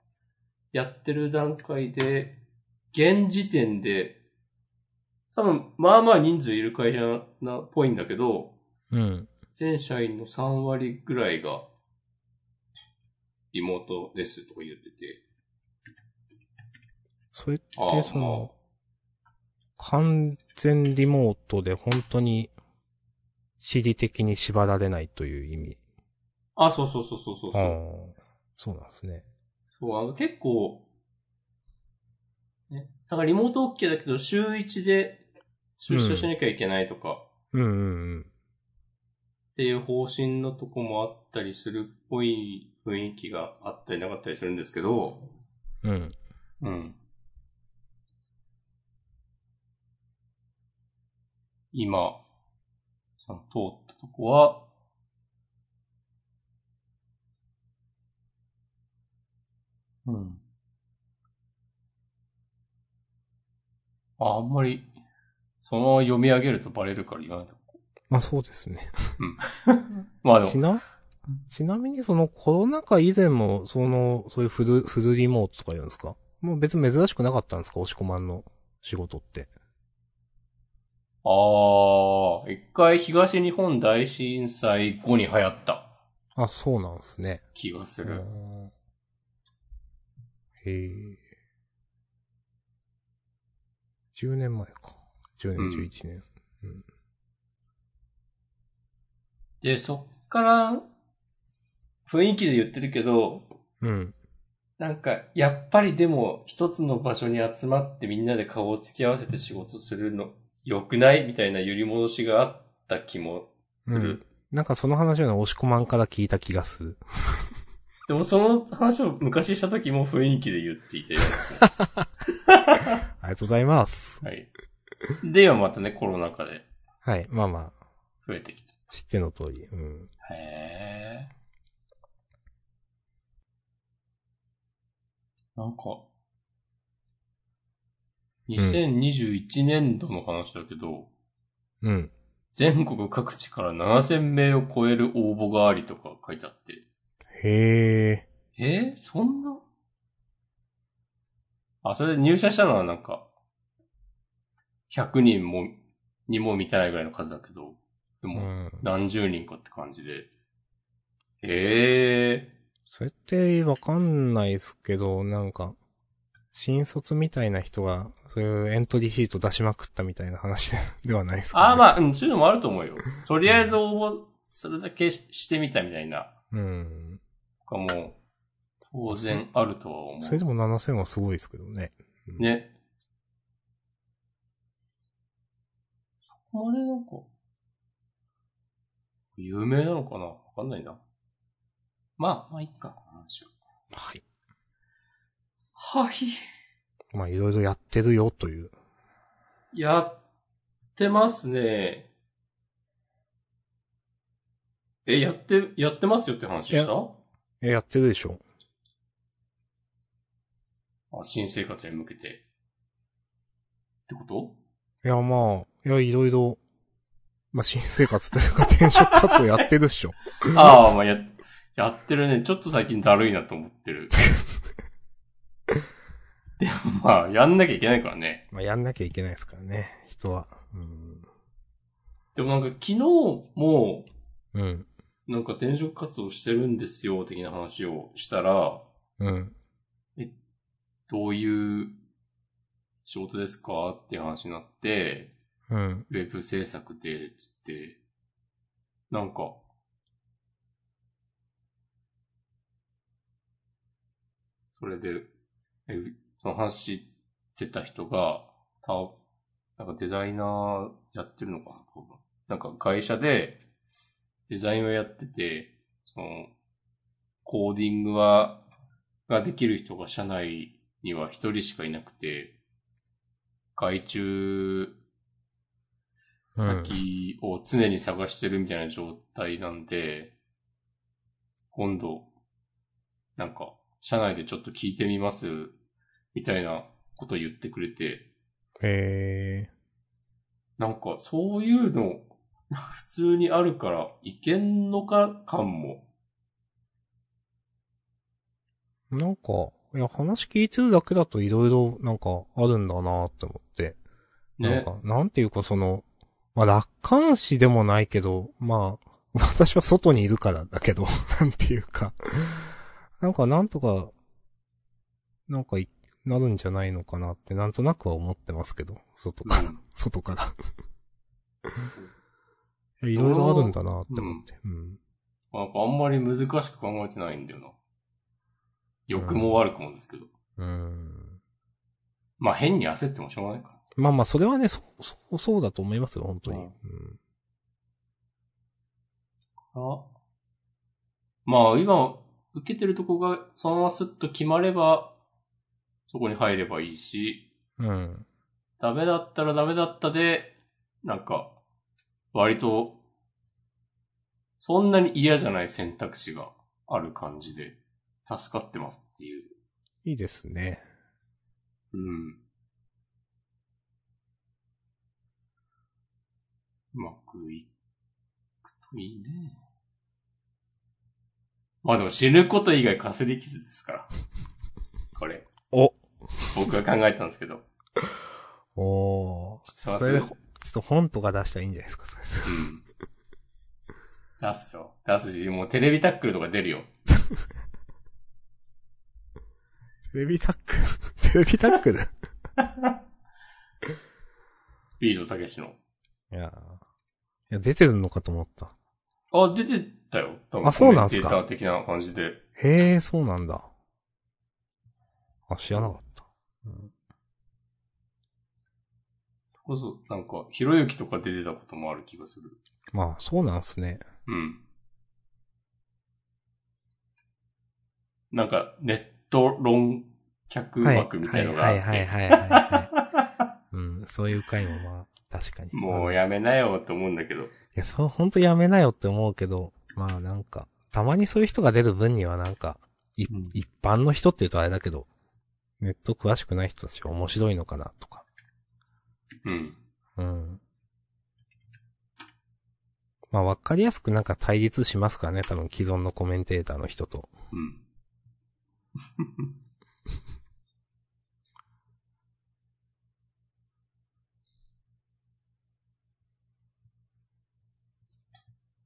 S2: やってる段階で、現時点で、多分、まあまあ人数いる会社な、っぽいんだけど、
S1: うん。
S2: 全社員の3割ぐらいが、リモートですとか言ってて、
S1: それって
S2: ああ、、
S1: その、完全リモートで本当に、地理的に縛られないという意味。
S2: まあ、あ、そうそうそうそうそう
S1: あ
S2: そ
S1: あ
S2: う。
S1: そうなんですね。
S2: そう、あの結構、ね、だからリモート OK だけど、週1で出社しなきゃいけないとか、
S1: うんうんうん。
S2: っていう方針のとこもあったりするっぽい雰囲気があったりなかったりするんですけど、
S1: うん。
S2: うん。今、その通ったとこは、うん。あ、あんまり、そのまま読み上げるとバレるから言わないと。
S1: まあそうですね。
S2: まあで
S1: ち
S2: も、
S1: な、ちなみにそのコロナ禍以前も、その、そういうフル、フルリモートとか言うんですかもう別に珍しくなかったんですか押し込まんの仕事って。
S2: ああ、一回東日本大震災後に流行った
S1: あ、そうなんですね。
S2: 気がす
S1: う
S2: る。
S1: んへえ。10年前か。10
S2: うん
S1: 年、11年。
S2: で、そっから、雰囲気で言ってるけど、
S1: うん。
S2: なんか、やっぱりでも、一つの場所に集まってみんなで顔を突き合わせて仕事するの、良くないみたいな揺り戻しがあった気もする。
S1: うんなんかその話をね、押し込まんから聞いた気がする。
S2: でも、その話を昔した時も雰囲気で言っていて。
S1: ありがとうございます。
S2: はい。で、今またね、コロナ禍で
S1: はい。まあまあ、
S2: 増えてきた。
S1: 知っての通り。うん。
S2: へえ。なんか、2021年度の話だけど、
S1: うん。
S2: 全国各地から7000名を超える応募がありとか書いてあって。
S1: へえ。
S2: えー、そんなあ、それで入社したのはなんか、100人も、にも満たないぐらいの数だけど、で
S1: う
S2: も、
S1: ん。
S2: 何十人かって感じで。ええ
S1: それってわかんないっすけど、なんか、新卒みたいな人が、そういうエントリーシート出しまくったみたいな話でではないですか、ね。
S2: ああ、まあ、うん、そういうのもあると思うよ。とりあえず応募、それだけししてみたみたいな、
S1: うん。
S2: とかも、当然あるとは思
S1: それ
S2: う。
S1: でも7000はすごいですけどね。
S2: ね。そこまでなんか、有名なのかなわかんないな。まあ、まあ、いっか、この話は。
S1: はい。
S2: はい。
S1: まあ、いろいろやってるよという。
S2: やってますね。え、やって、やってますよって話した
S1: え、やってるでしょ
S2: あ新生活に向けて。ってこと
S1: いや、まあ、いや、いろいろ、まあ、新生活というか転職活動やってるでしょ。
S2: ああ、まあ、や、やってるね。ちょっと最近だるいなと思ってる。でもまあ、やんなきゃいけないからね。
S1: まあ、やんなきゃいけないですからね、人は。うん。
S2: でもなんか昨日も、
S1: うん。
S2: なんか転職活動してるんですよ、的な話をしたら、
S1: うん。
S2: どういう仕事ですかっていう話になって、
S1: うん。
S2: ウェブ制作で、つって、なんか、それで、えその話してた人が、たなんかデザイナーやってるのかな多分なんか会社でデザインをやってて、その、コーディングは、ができる人が社内には一人しかいなくて、外注
S1: うん。
S2: 先を常に探してるみたいな状態なんで、今度、なんか、社内でちょっと聞いてみます、みたいなこと言ってくれて、
S1: え
S2: なんか、そういうの、 普通にあるから、いけんのか感も。
S1: ー、なんか、いや、話聞いてるだけだといろいろ、なんか、あるんだなって思って。なん
S2: ね。
S1: か、なんていうかその、まあ、楽観視でもないけど、まあ、 私は外にいるからだけど、 なんていうか、なんかなんとか、なんかい、なるんじゃないのかなって、なんとなくは思ってますけど、外から、
S2: うん
S1: 外から。いやいろいろあるんだなって思って。うん。
S2: なんかあんまり難しく考えてないんだよな。良くも悪くもですけど。
S1: うん。
S2: まあ変に焦ってもしょうがないか
S1: まあまあ、それはね、そう、そう、そうだと思いますよ、本当に。
S2: うん
S1: うん。
S2: あまあ、今、受けてるとこが、そのままスッと決まれば、そこに入ればいいし、
S1: うん。
S2: ダメだったらダメだったで、なんか、割と、そんなに嫌じゃない選択肢がある感じで、助かってますっていう。
S1: いいですね。
S2: うん。うまくいくといいね。まあでも死ぬこと以外かすり傷です から。これ、
S1: お
S2: 僕が考えたんですけど。
S1: おー。
S2: 知ってます
S1: それで、ちょっと本とか出したらいいんじゃないですか、それ。
S2: うん。出すよ。出すし、もうテレビタックルとか出るよ。
S1: テレビタック ルテレビタックルい
S2: ビートたけしの。
S1: やーいや、出てるのかと思った。
S2: あ、出てたよ。多分
S1: あそうなんすか
S2: コメンテーター的な感じで。
S1: へえ、そうなんだ。あ、知らなかった。
S2: これそう、なんか、ひろゆきとか出てたこともある気がする。
S1: まあ、そうなんすね。
S2: うん。なんか、ネット論客枠みたいのが
S1: は
S2: あ
S1: い
S2: っ
S1: はい
S2: て、
S1: はいはいはいはい。 うん、そういう回もまあ、確かに。
S2: もう
S1: い
S2: やめなよって思うんだけど、
S1: や、そう、ほんとやめなよって思うけど、まあなんか、たまにそういう人が出る分にはなんか、い
S2: うん
S1: 一般の人って言うとあれだけど、ネット詳しくない人たちが面白いのかなとか。
S2: うん。
S1: うん。まあ、わかりやすくなんか対立しますからね、多分既存のコメンテーターの人と。
S2: うん。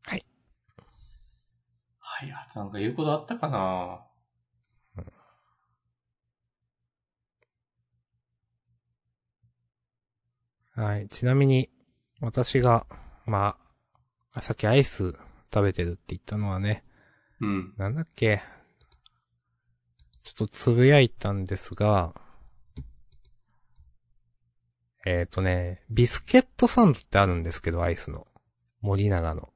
S1: はい。
S2: はい、あとなんか言うことあったかな
S1: はい。ちなみに、私が、まあ、さっきアイス食べてるって言ったのはね、
S2: うん。
S1: なんだっけ。ちょっとつぶやいたんですが、えっ、ー、とね、ビスケットサンドってあるんですけど、アイスの。森永の。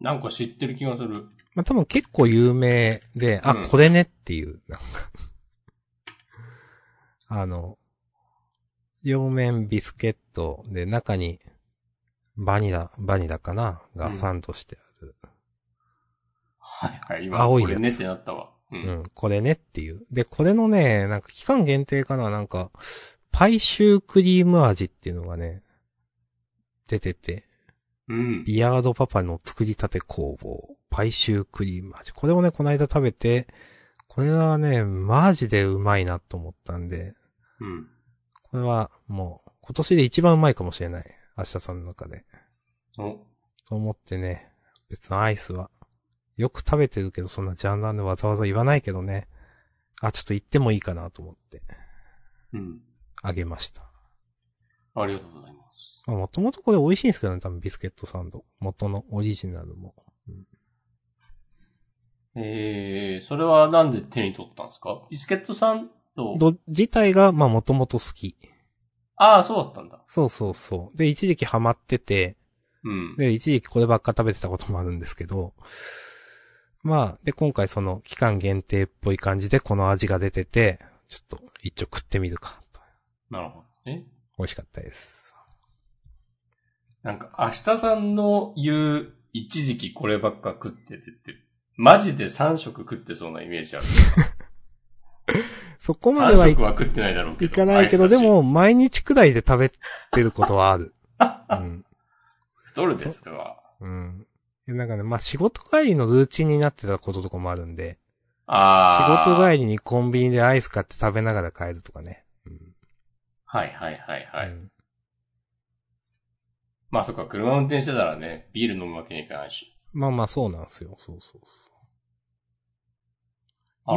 S2: なんか知ってる気がする。
S1: まあ、多分結構有名で、あ、
S2: うん
S1: これねっていう、なんか あの、両面ビスケットで中にバニラ、バニラかな
S2: う
S1: が
S2: ん
S1: サンドしてある。
S2: はいはい。今、
S1: 青い
S2: こ
S1: やつ
S2: れねってなったわ。う。
S1: うんん、これねっていう。で、これのね、なんか期間限定かななんか、パイシュークリーム味っていうのがね、出てて、
S2: うん。
S1: ビアードパパの作りたて工房、パイシュークリーム味。これをね、この間食べて、これはね、マジでうまいなと思ったんで、
S2: うん。
S1: これはもう、今年で一番うまいかもしれない。明日さんの中で。
S2: お、
S1: と思ってね、別のアイスは。よく食べてるけど、そんなジャンダンでわざわざ言わないけどね。あ、ちょっと言ってもいいかなと思って、
S2: うん。
S1: あげました。
S2: ありがとうございます。
S1: まあ、もともとこれ美味しいんですけどね、多分ビスケットサンド。元のオリジナルも。
S2: えー、それはなんで手に取ったんですかビスケットサンド。
S1: ど、自体が、まあもともと好き。
S2: ああ、そうだったんだ。
S1: そうそうそう。で、一時期ハマってて、
S2: うん。
S1: で、一時期こればっか食べてたこともあるんですけど、まあ、で、今回その期間限定っぽい感じでこの味が出てて、ちょっと一応食ってみるかと。
S2: なるほどね。
S1: 美味しかったです。
S2: なんか、明日さんの言う、一時期こればっか食っててって、マジで3食食ってそうなイメージある。
S1: そこまでは
S2: 3
S1: い
S2: 食は食ってないだろうけど。
S1: いかないけど、
S2: アイス
S1: で
S2: だし。
S1: も毎日くらいで食べてることはある。 うん。
S2: 太るで、それは。
S1: うん。なんかね、まあ仕事帰りのルーチンになってたこととかもあるんで、
S2: ああ。
S1: 仕事
S2: り。
S1: 帰りにコンビニでアイス買って食べながら帰るとかね。うん。
S2: はいはいはいはい。
S1: うん
S2: まあそっか、車運転してたらね、ビール飲むわけにいかないし。
S1: まあまあそうなんですよ。そうそうそう。
S2: あ、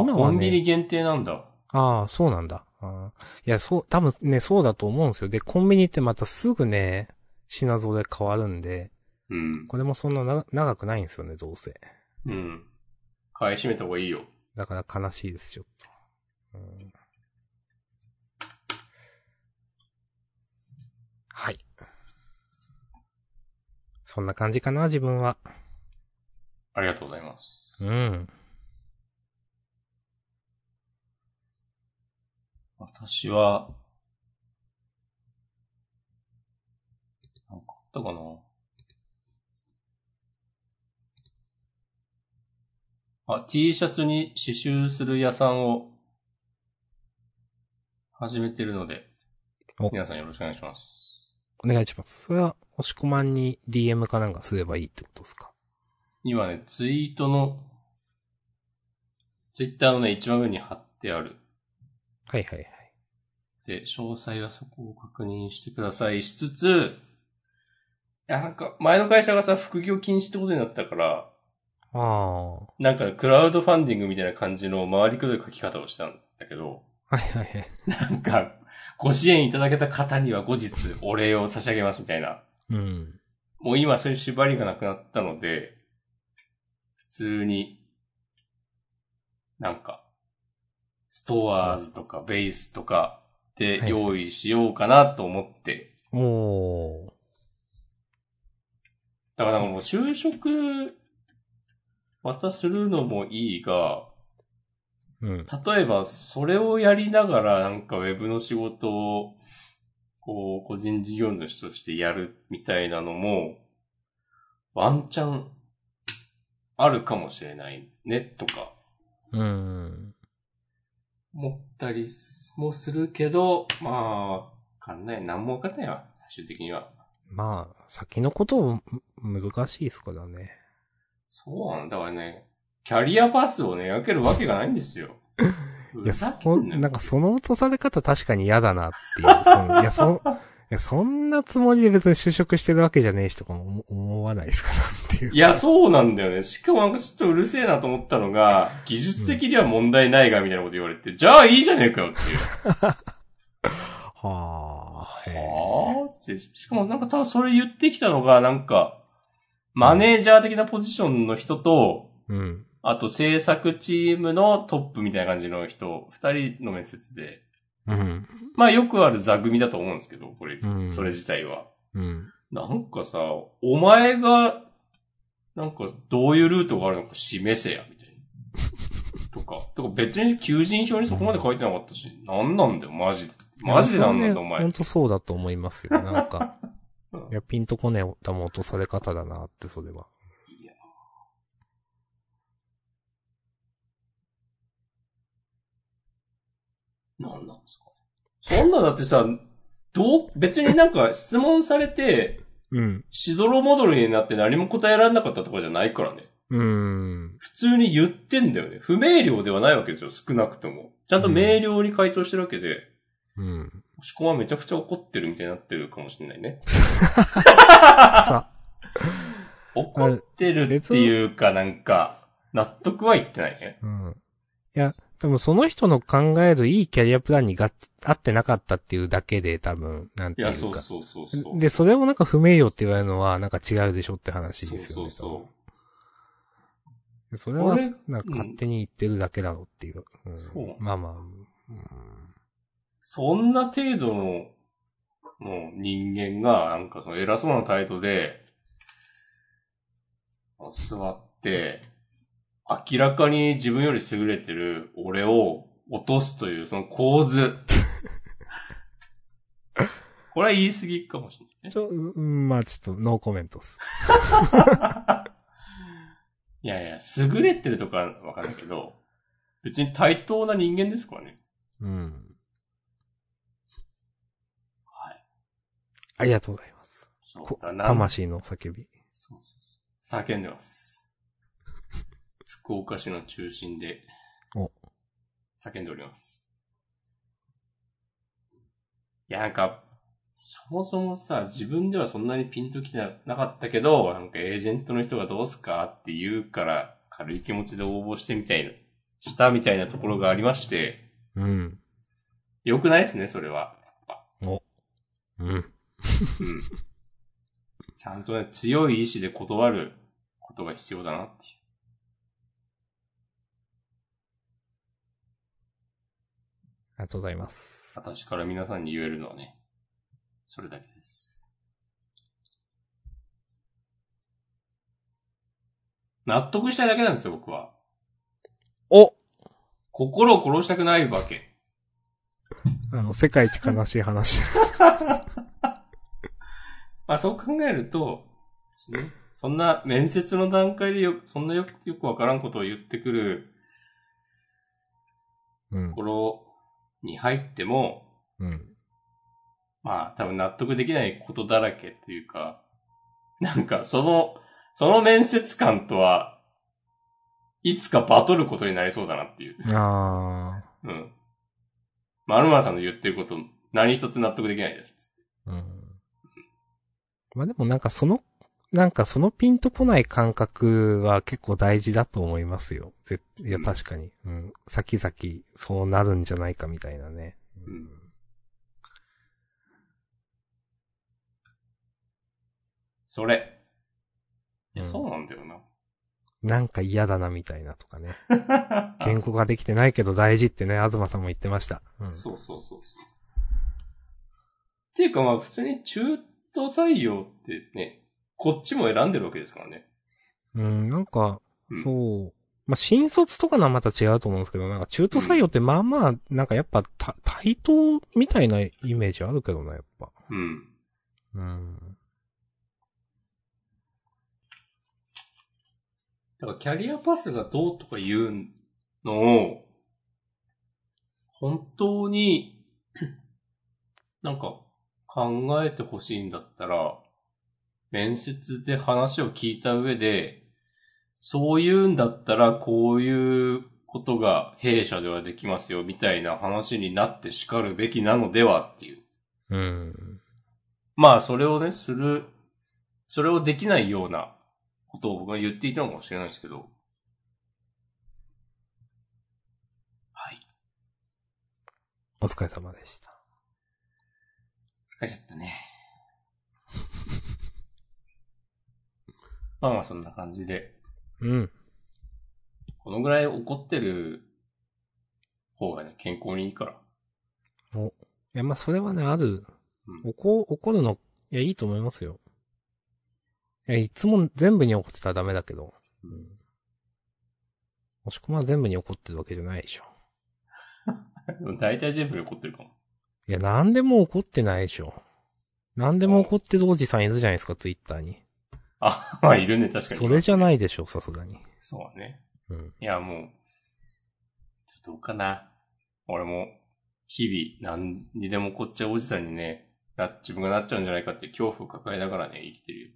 S1: 今はね
S2: コンビニ限定なんだ。
S1: ああ、そうなんだ。あーいや、そう、多分ね、そうだと思うんですよ。で、コンビニってまたすぐね、品ぞれ変わるんで、
S2: うん。
S1: これもそんなな長くないんですよね、どうせ。
S2: うん。買い占めた方がいいよ。
S1: だから悲しいです、ちょっと。うんはい。そんな感じかな、自分は。
S2: ありがとうございます。
S1: うん。
S2: 私は、なんかあったかなあ、T シャツに刺繍する屋さんを始めてるので
S1: お、
S2: 皆さんよろしくお願いします。
S1: お願いします。それは、押し込まんに DM かなんかすればいいってことですか
S2: 今ね、ツイートの、ツイッターのね、一番上に貼ってある。
S1: はいはいはい。
S2: で、詳細はそこを確認してくださいしつつ、いや、なんか、前の会社がさ、副業禁止ってことになったから、
S1: ああ。
S2: なんか、クラウドファンディングみたいな感じの回りくどい書き方をしたんだけど、
S1: はいはいはい。
S2: なんか、ご支援いただけた方には後日お礼を差し上げますみたいな。
S1: うん。
S2: もう今そういう縛りがなくなったので、普通に、なんか、ストアーズとかベースとかで用意しようかなと思って、
S1: おー。
S2: だからなんかもう就職、またするのもいいが、
S1: うん。
S2: 例えばそれをやりながらなんかウェブの仕事を、こう、個人事業主としてやるみたいなのも、ワンチャン、あるかもしれないね、とか、
S1: うん。
S2: 思ったりもするけど、まあ、わかんない。なんもわかんないわ、最終的には。
S1: まあ、先のこともむ難しいですからね。
S2: そうなんだからね、キャリアパスをね、描けるわけがないんですよ。
S1: いや、
S2: ふざ
S1: そ
S2: け
S1: こ、
S2: んなよ
S1: なんかその落とされ方確かに嫌だなっていう。そ のいや、そ、いや、そんなつもりで別に就職してるわけじゃねえしとかも思思わないですからっていう。
S2: いや、そうなんだよね。しかもなんかちょっとうるせえなと思ったのが、技術的には問題ないが、みたいなこと言われて、じゃあいいじゃねえかよっていう。
S1: ははあ、へえ。
S2: ああって、しかもなんか多分それ言ってきたのが、なんか、マネージャー的なポジションの人と、
S1: うん。
S2: あと制作チームのトップみたいな感じの人、二人の面接で。
S1: うん。
S2: まあよくある座組だと思うんですけど、これ、
S1: うん
S2: それ自体は。
S1: うん。
S2: なんかさ、お前が、なんかどういうルートがあるのか示せや、みたいな。とか、とか別に求人票にそこまで書いてなかったし、なんなんだよ、マジで。マジでなんなんだ、お前
S1: ほん。とそうだと思いますよ。なん か
S2: うん。
S1: いや、ピンとこねえだもん落とされ方だなって、それは。
S2: なんなんですかそんなだってさ、どう、別になんか質問されて、
S1: うん。
S2: しどろもどろになって何も答えられなかったとかじゃないからね。
S1: うーん。
S2: 普通に言ってんだよね。不明瞭ではないわけですよ、少なくとも。ちゃんと明瞭に回答してるわけで、
S1: うん。
S2: 押し込まめちゃくちゃ怒ってるみたいになってるかもしれないね。
S1: さ、
S2: 怒ってるっていうかなんか、納得はいってないね。
S1: うん。いや、多分その人の考えるいいキャリアプランにが合ってなかったっていうだけで、多分、なん
S2: い
S1: ていう
S2: や、
S1: か。
S2: そうそうそうそう。
S1: で、それをなんか不名誉って言われるのは、なんか違うでしょって話ですよ
S2: そう
S1: ね。
S2: そうそう。
S1: う。それは
S2: これ、
S1: なんか勝手に言ってるだけだろうっていう。うん
S2: そう
S1: まあまあ。
S2: そんな程度の、もう人間が、なんかその偉そうな態度で、座って、明らかに自分より優れてる俺を落とすという、その構 図。これは言い過ぎかもしれな
S1: う
S2: い
S1: ん、
S2: ね。
S1: ちょ、うん、まあちょっとノーコメントっす。
S2: いやいや、優れてるとかわかんないけど、別に対等な人間ですからね。
S1: うん。
S2: はい。
S1: ありがとうございます。
S2: そう
S1: こ
S2: だからなん
S1: 魂の叫び。
S2: そうそうそう。叫んでます。福岡市の中心で。
S1: お
S2: 叫んでおります。いや、なんか、そもそもさ、自分ではそんなにピンときてなかったけど、なんかエージェントの人がどうすかって言うから、軽い気持ちで応募してみたいな、したみたいなところがありまして、
S1: うん。
S2: 良くないですね、それは。
S1: うん。
S2: うん。ちゃんとね、強い意志で断ることが必要だなっていう。
S1: ありがとうございます。
S2: 私から皆さんに言えるのはね、それだけです。納得したいだけなんですよ、僕は。
S1: お
S2: 心を殺したくないわけ。
S1: あの、世界一悲しい話。
S2: まあそう考えると、ねそんな面接の段階でよ、そんなよよくわからんことを言ってくる
S1: うん
S2: とこ。ろに入っても、
S1: うん。
S2: まあ、多分納得できないことだらけっていうか、なんか、その、その面接官とは、いつかバトることになりそうだなっていう。
S1: あ
S2: うん。まるまるさんの言ってること、何一つ納得できないです。
S1: あ。うん。まあでもなんかその、なんかそのピンとこない感覚は結構大事だと思いますよ。ぜいや
S2: うん
S1: 確かに。うん。先々そうなるんじゃないかみたいなね。
S2: うんそれ。いや、
S1: うん
S2: そうなんだよな。
S1: なんか嫌だなみたいなとかね。言語ができてないけど大事ってね、東さんも言ってました。うん。
S2: そうそうそうそう。っていうかまあ、普通に中途採用ってね、こっちも選んでるわけですからね。
S1: うん、なんか
S2: うん、
S1: そう。まあ、新卒とかのはまた違うと思うんですけど、なんか中途採用ってまあまあ、なんかやっぱた対等みたいなイメージあるけどな、やっぱ。
S2: うん。
S1: うん。
S2: だからキャリアパスがどうとか言うのを、本当に、なんか考えてほしいんだったら、面接で話を聞いた上で、そういうんだったらこういうことが弊社ではできますよみたいな話になって叱るべきなのではっていう。
S1: うん。
S2: まあ、それをね、する、それをできないようなことを僕は言っていたのかもしれないですけど。はい。
S1: お疲れ様でした。
S2: 疲れちゃったね。 まあまあそんな感じで、
S1: うん。
S2: このぐらい怒ってる方がね、健康にいいから。
S1: いや、まあ、それはね、ある
S2: うん。
S1: 怒、怒るの、いや、いいと思いますよ。いや、いつも全部に怒ってたらダメだけど。うん。押し込まは全部に怒ってるわけじゃないでしょ。
S2: でも大体全部に怒ってるかも。
S1: いや、なんでも怒ってないでしょ。なんでも怒ってるおじさんいるじゃないですか、ツイッターに。
S2: あ、まあいるね、確かに。。
S1: それじゃないいでしょ、さすがに。
S2: そうだね。
S1: うん。
S2: いや、もう、ちょっとどうかな。俺も、日々、何にでも怒っちゃうおじさんにね、な、自分がなっちゃうんじゃないかって恐怖を抱えながらね、生きてるよ。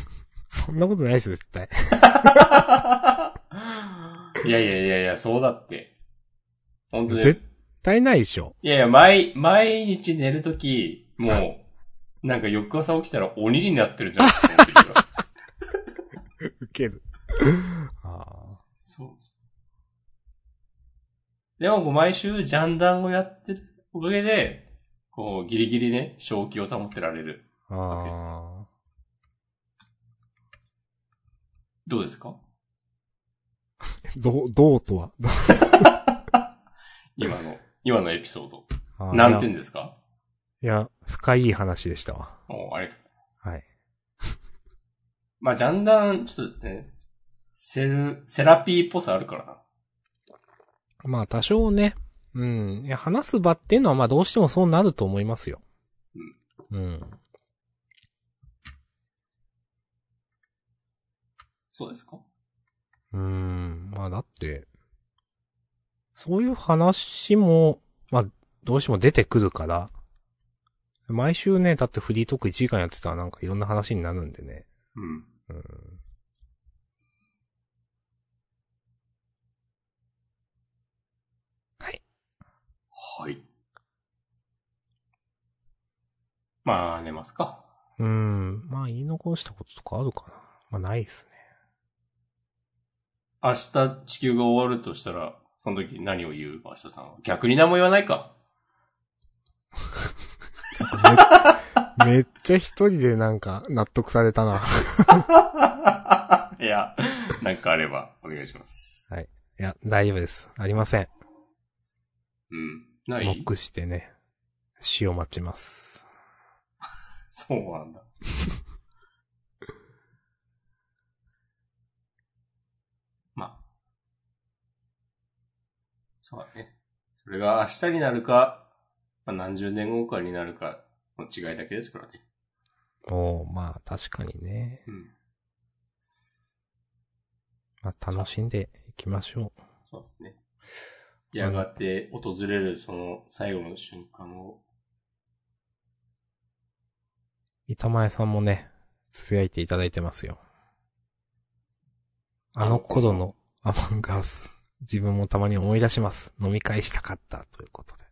S1: そんなことないでしょ、絶対。
S2: いやいやいやいや、そうだって。本当に。
S1: 絶対ないでしょ。
S2: いやいや、毎、毎日寝るとき、もう、なんか翌朝起きたら鬼になってるじゃんって思ってるよ。
S1: ウケる。 ああ。
S2: そう。でも、こう毎週ジャンダンをやってるおかげで、こう、ギリギリね、正気を保ってられる。
S1: ああ。
S2: どうですか
S1: どう、どうとは。
S2: 今の、 今のエピソード。
S1: あー
S2: 何点ですか
S1: いや、深い話でしたわ。
S2: おあれ。
S1: はい。
S2: まあ、ジャンダン、ちょっとね、セル、セラピーっぽさあるからな。
S1: まあ多少ね、うん。いや、話す場っていうのはまあどうしてもそうなると思いますよ。うん。
S2: そうですか
S1: うん。まあだって、そういう話も、まあどうしても出てくるから、毎週ね、だってフリートーク1時間やってたらなんかいろんな話になるんでね。
S2: うん。
S1: うん。
S2: はい。まあ、寝ますか。
S1: うん。まあ言い残したこととかあるかな。まあないっすね。
S2: 明日地球が終わるとしたら、その時何を言う明日さんは。逆に何も言わな いか。
S1: めっちゃ一人でなんか納得されたな。
S2: いや、なんかあればお願いします。
S1: いや、大丈夫です。ありません。
S2: うん。ない
S1: 黙してね、死を待ちます。
S2: そうなんだ。 まあ。そうだね。それが明日になるか、まあ、何十年後かになるかの違いだけですからね。
S1: おー、まあ確かにね。
S2: うん。
S1: まあ楽しんでいきましょう。
S2: そうですね。やがて訪れるその最後の瞬間を
S1: 板前さんもね、つぶやいていただいてますよ。あの頃のアマンガース、自分もたまに思い出します。飲み会したかったということで。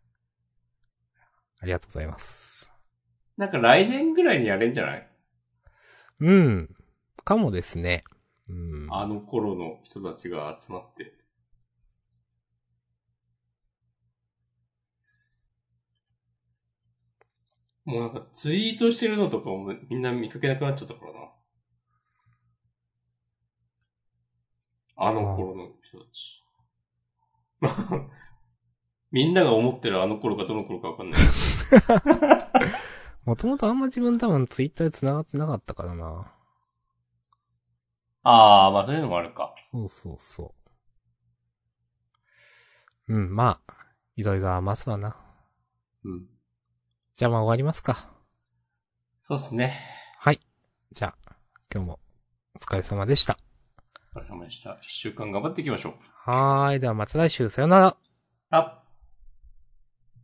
S1: ありがとうございます。
S2: なんか来年ぐらいにやれんじゃない
S1: うん。かもですね。うん。
S2: あの頃の人たちが集まって。もうなんかツイートしてるのとかもみんな見かけなくなっちゃったからな。あの頃の人たち。 まあ、みんなが思ってるあの頃かどの頃かわかんない。
S1: もともとあんま自分多分ツイッターで繋がってなかったからな。
S2: ああ、まあそういうのもあるか。
S1: そうそうそう。うん、まあ、いろいろ余すわな。
S2: うん。
S1: じゃあまあ終わりますか。
S2: そうっすね。
S1: はい。じゃあ、今日もお疲れ様でした。
S2: お疲れ様でした。一週間頑張っていきましょう。
S1: はーい。ではまた来週、さよなら。
S2: あ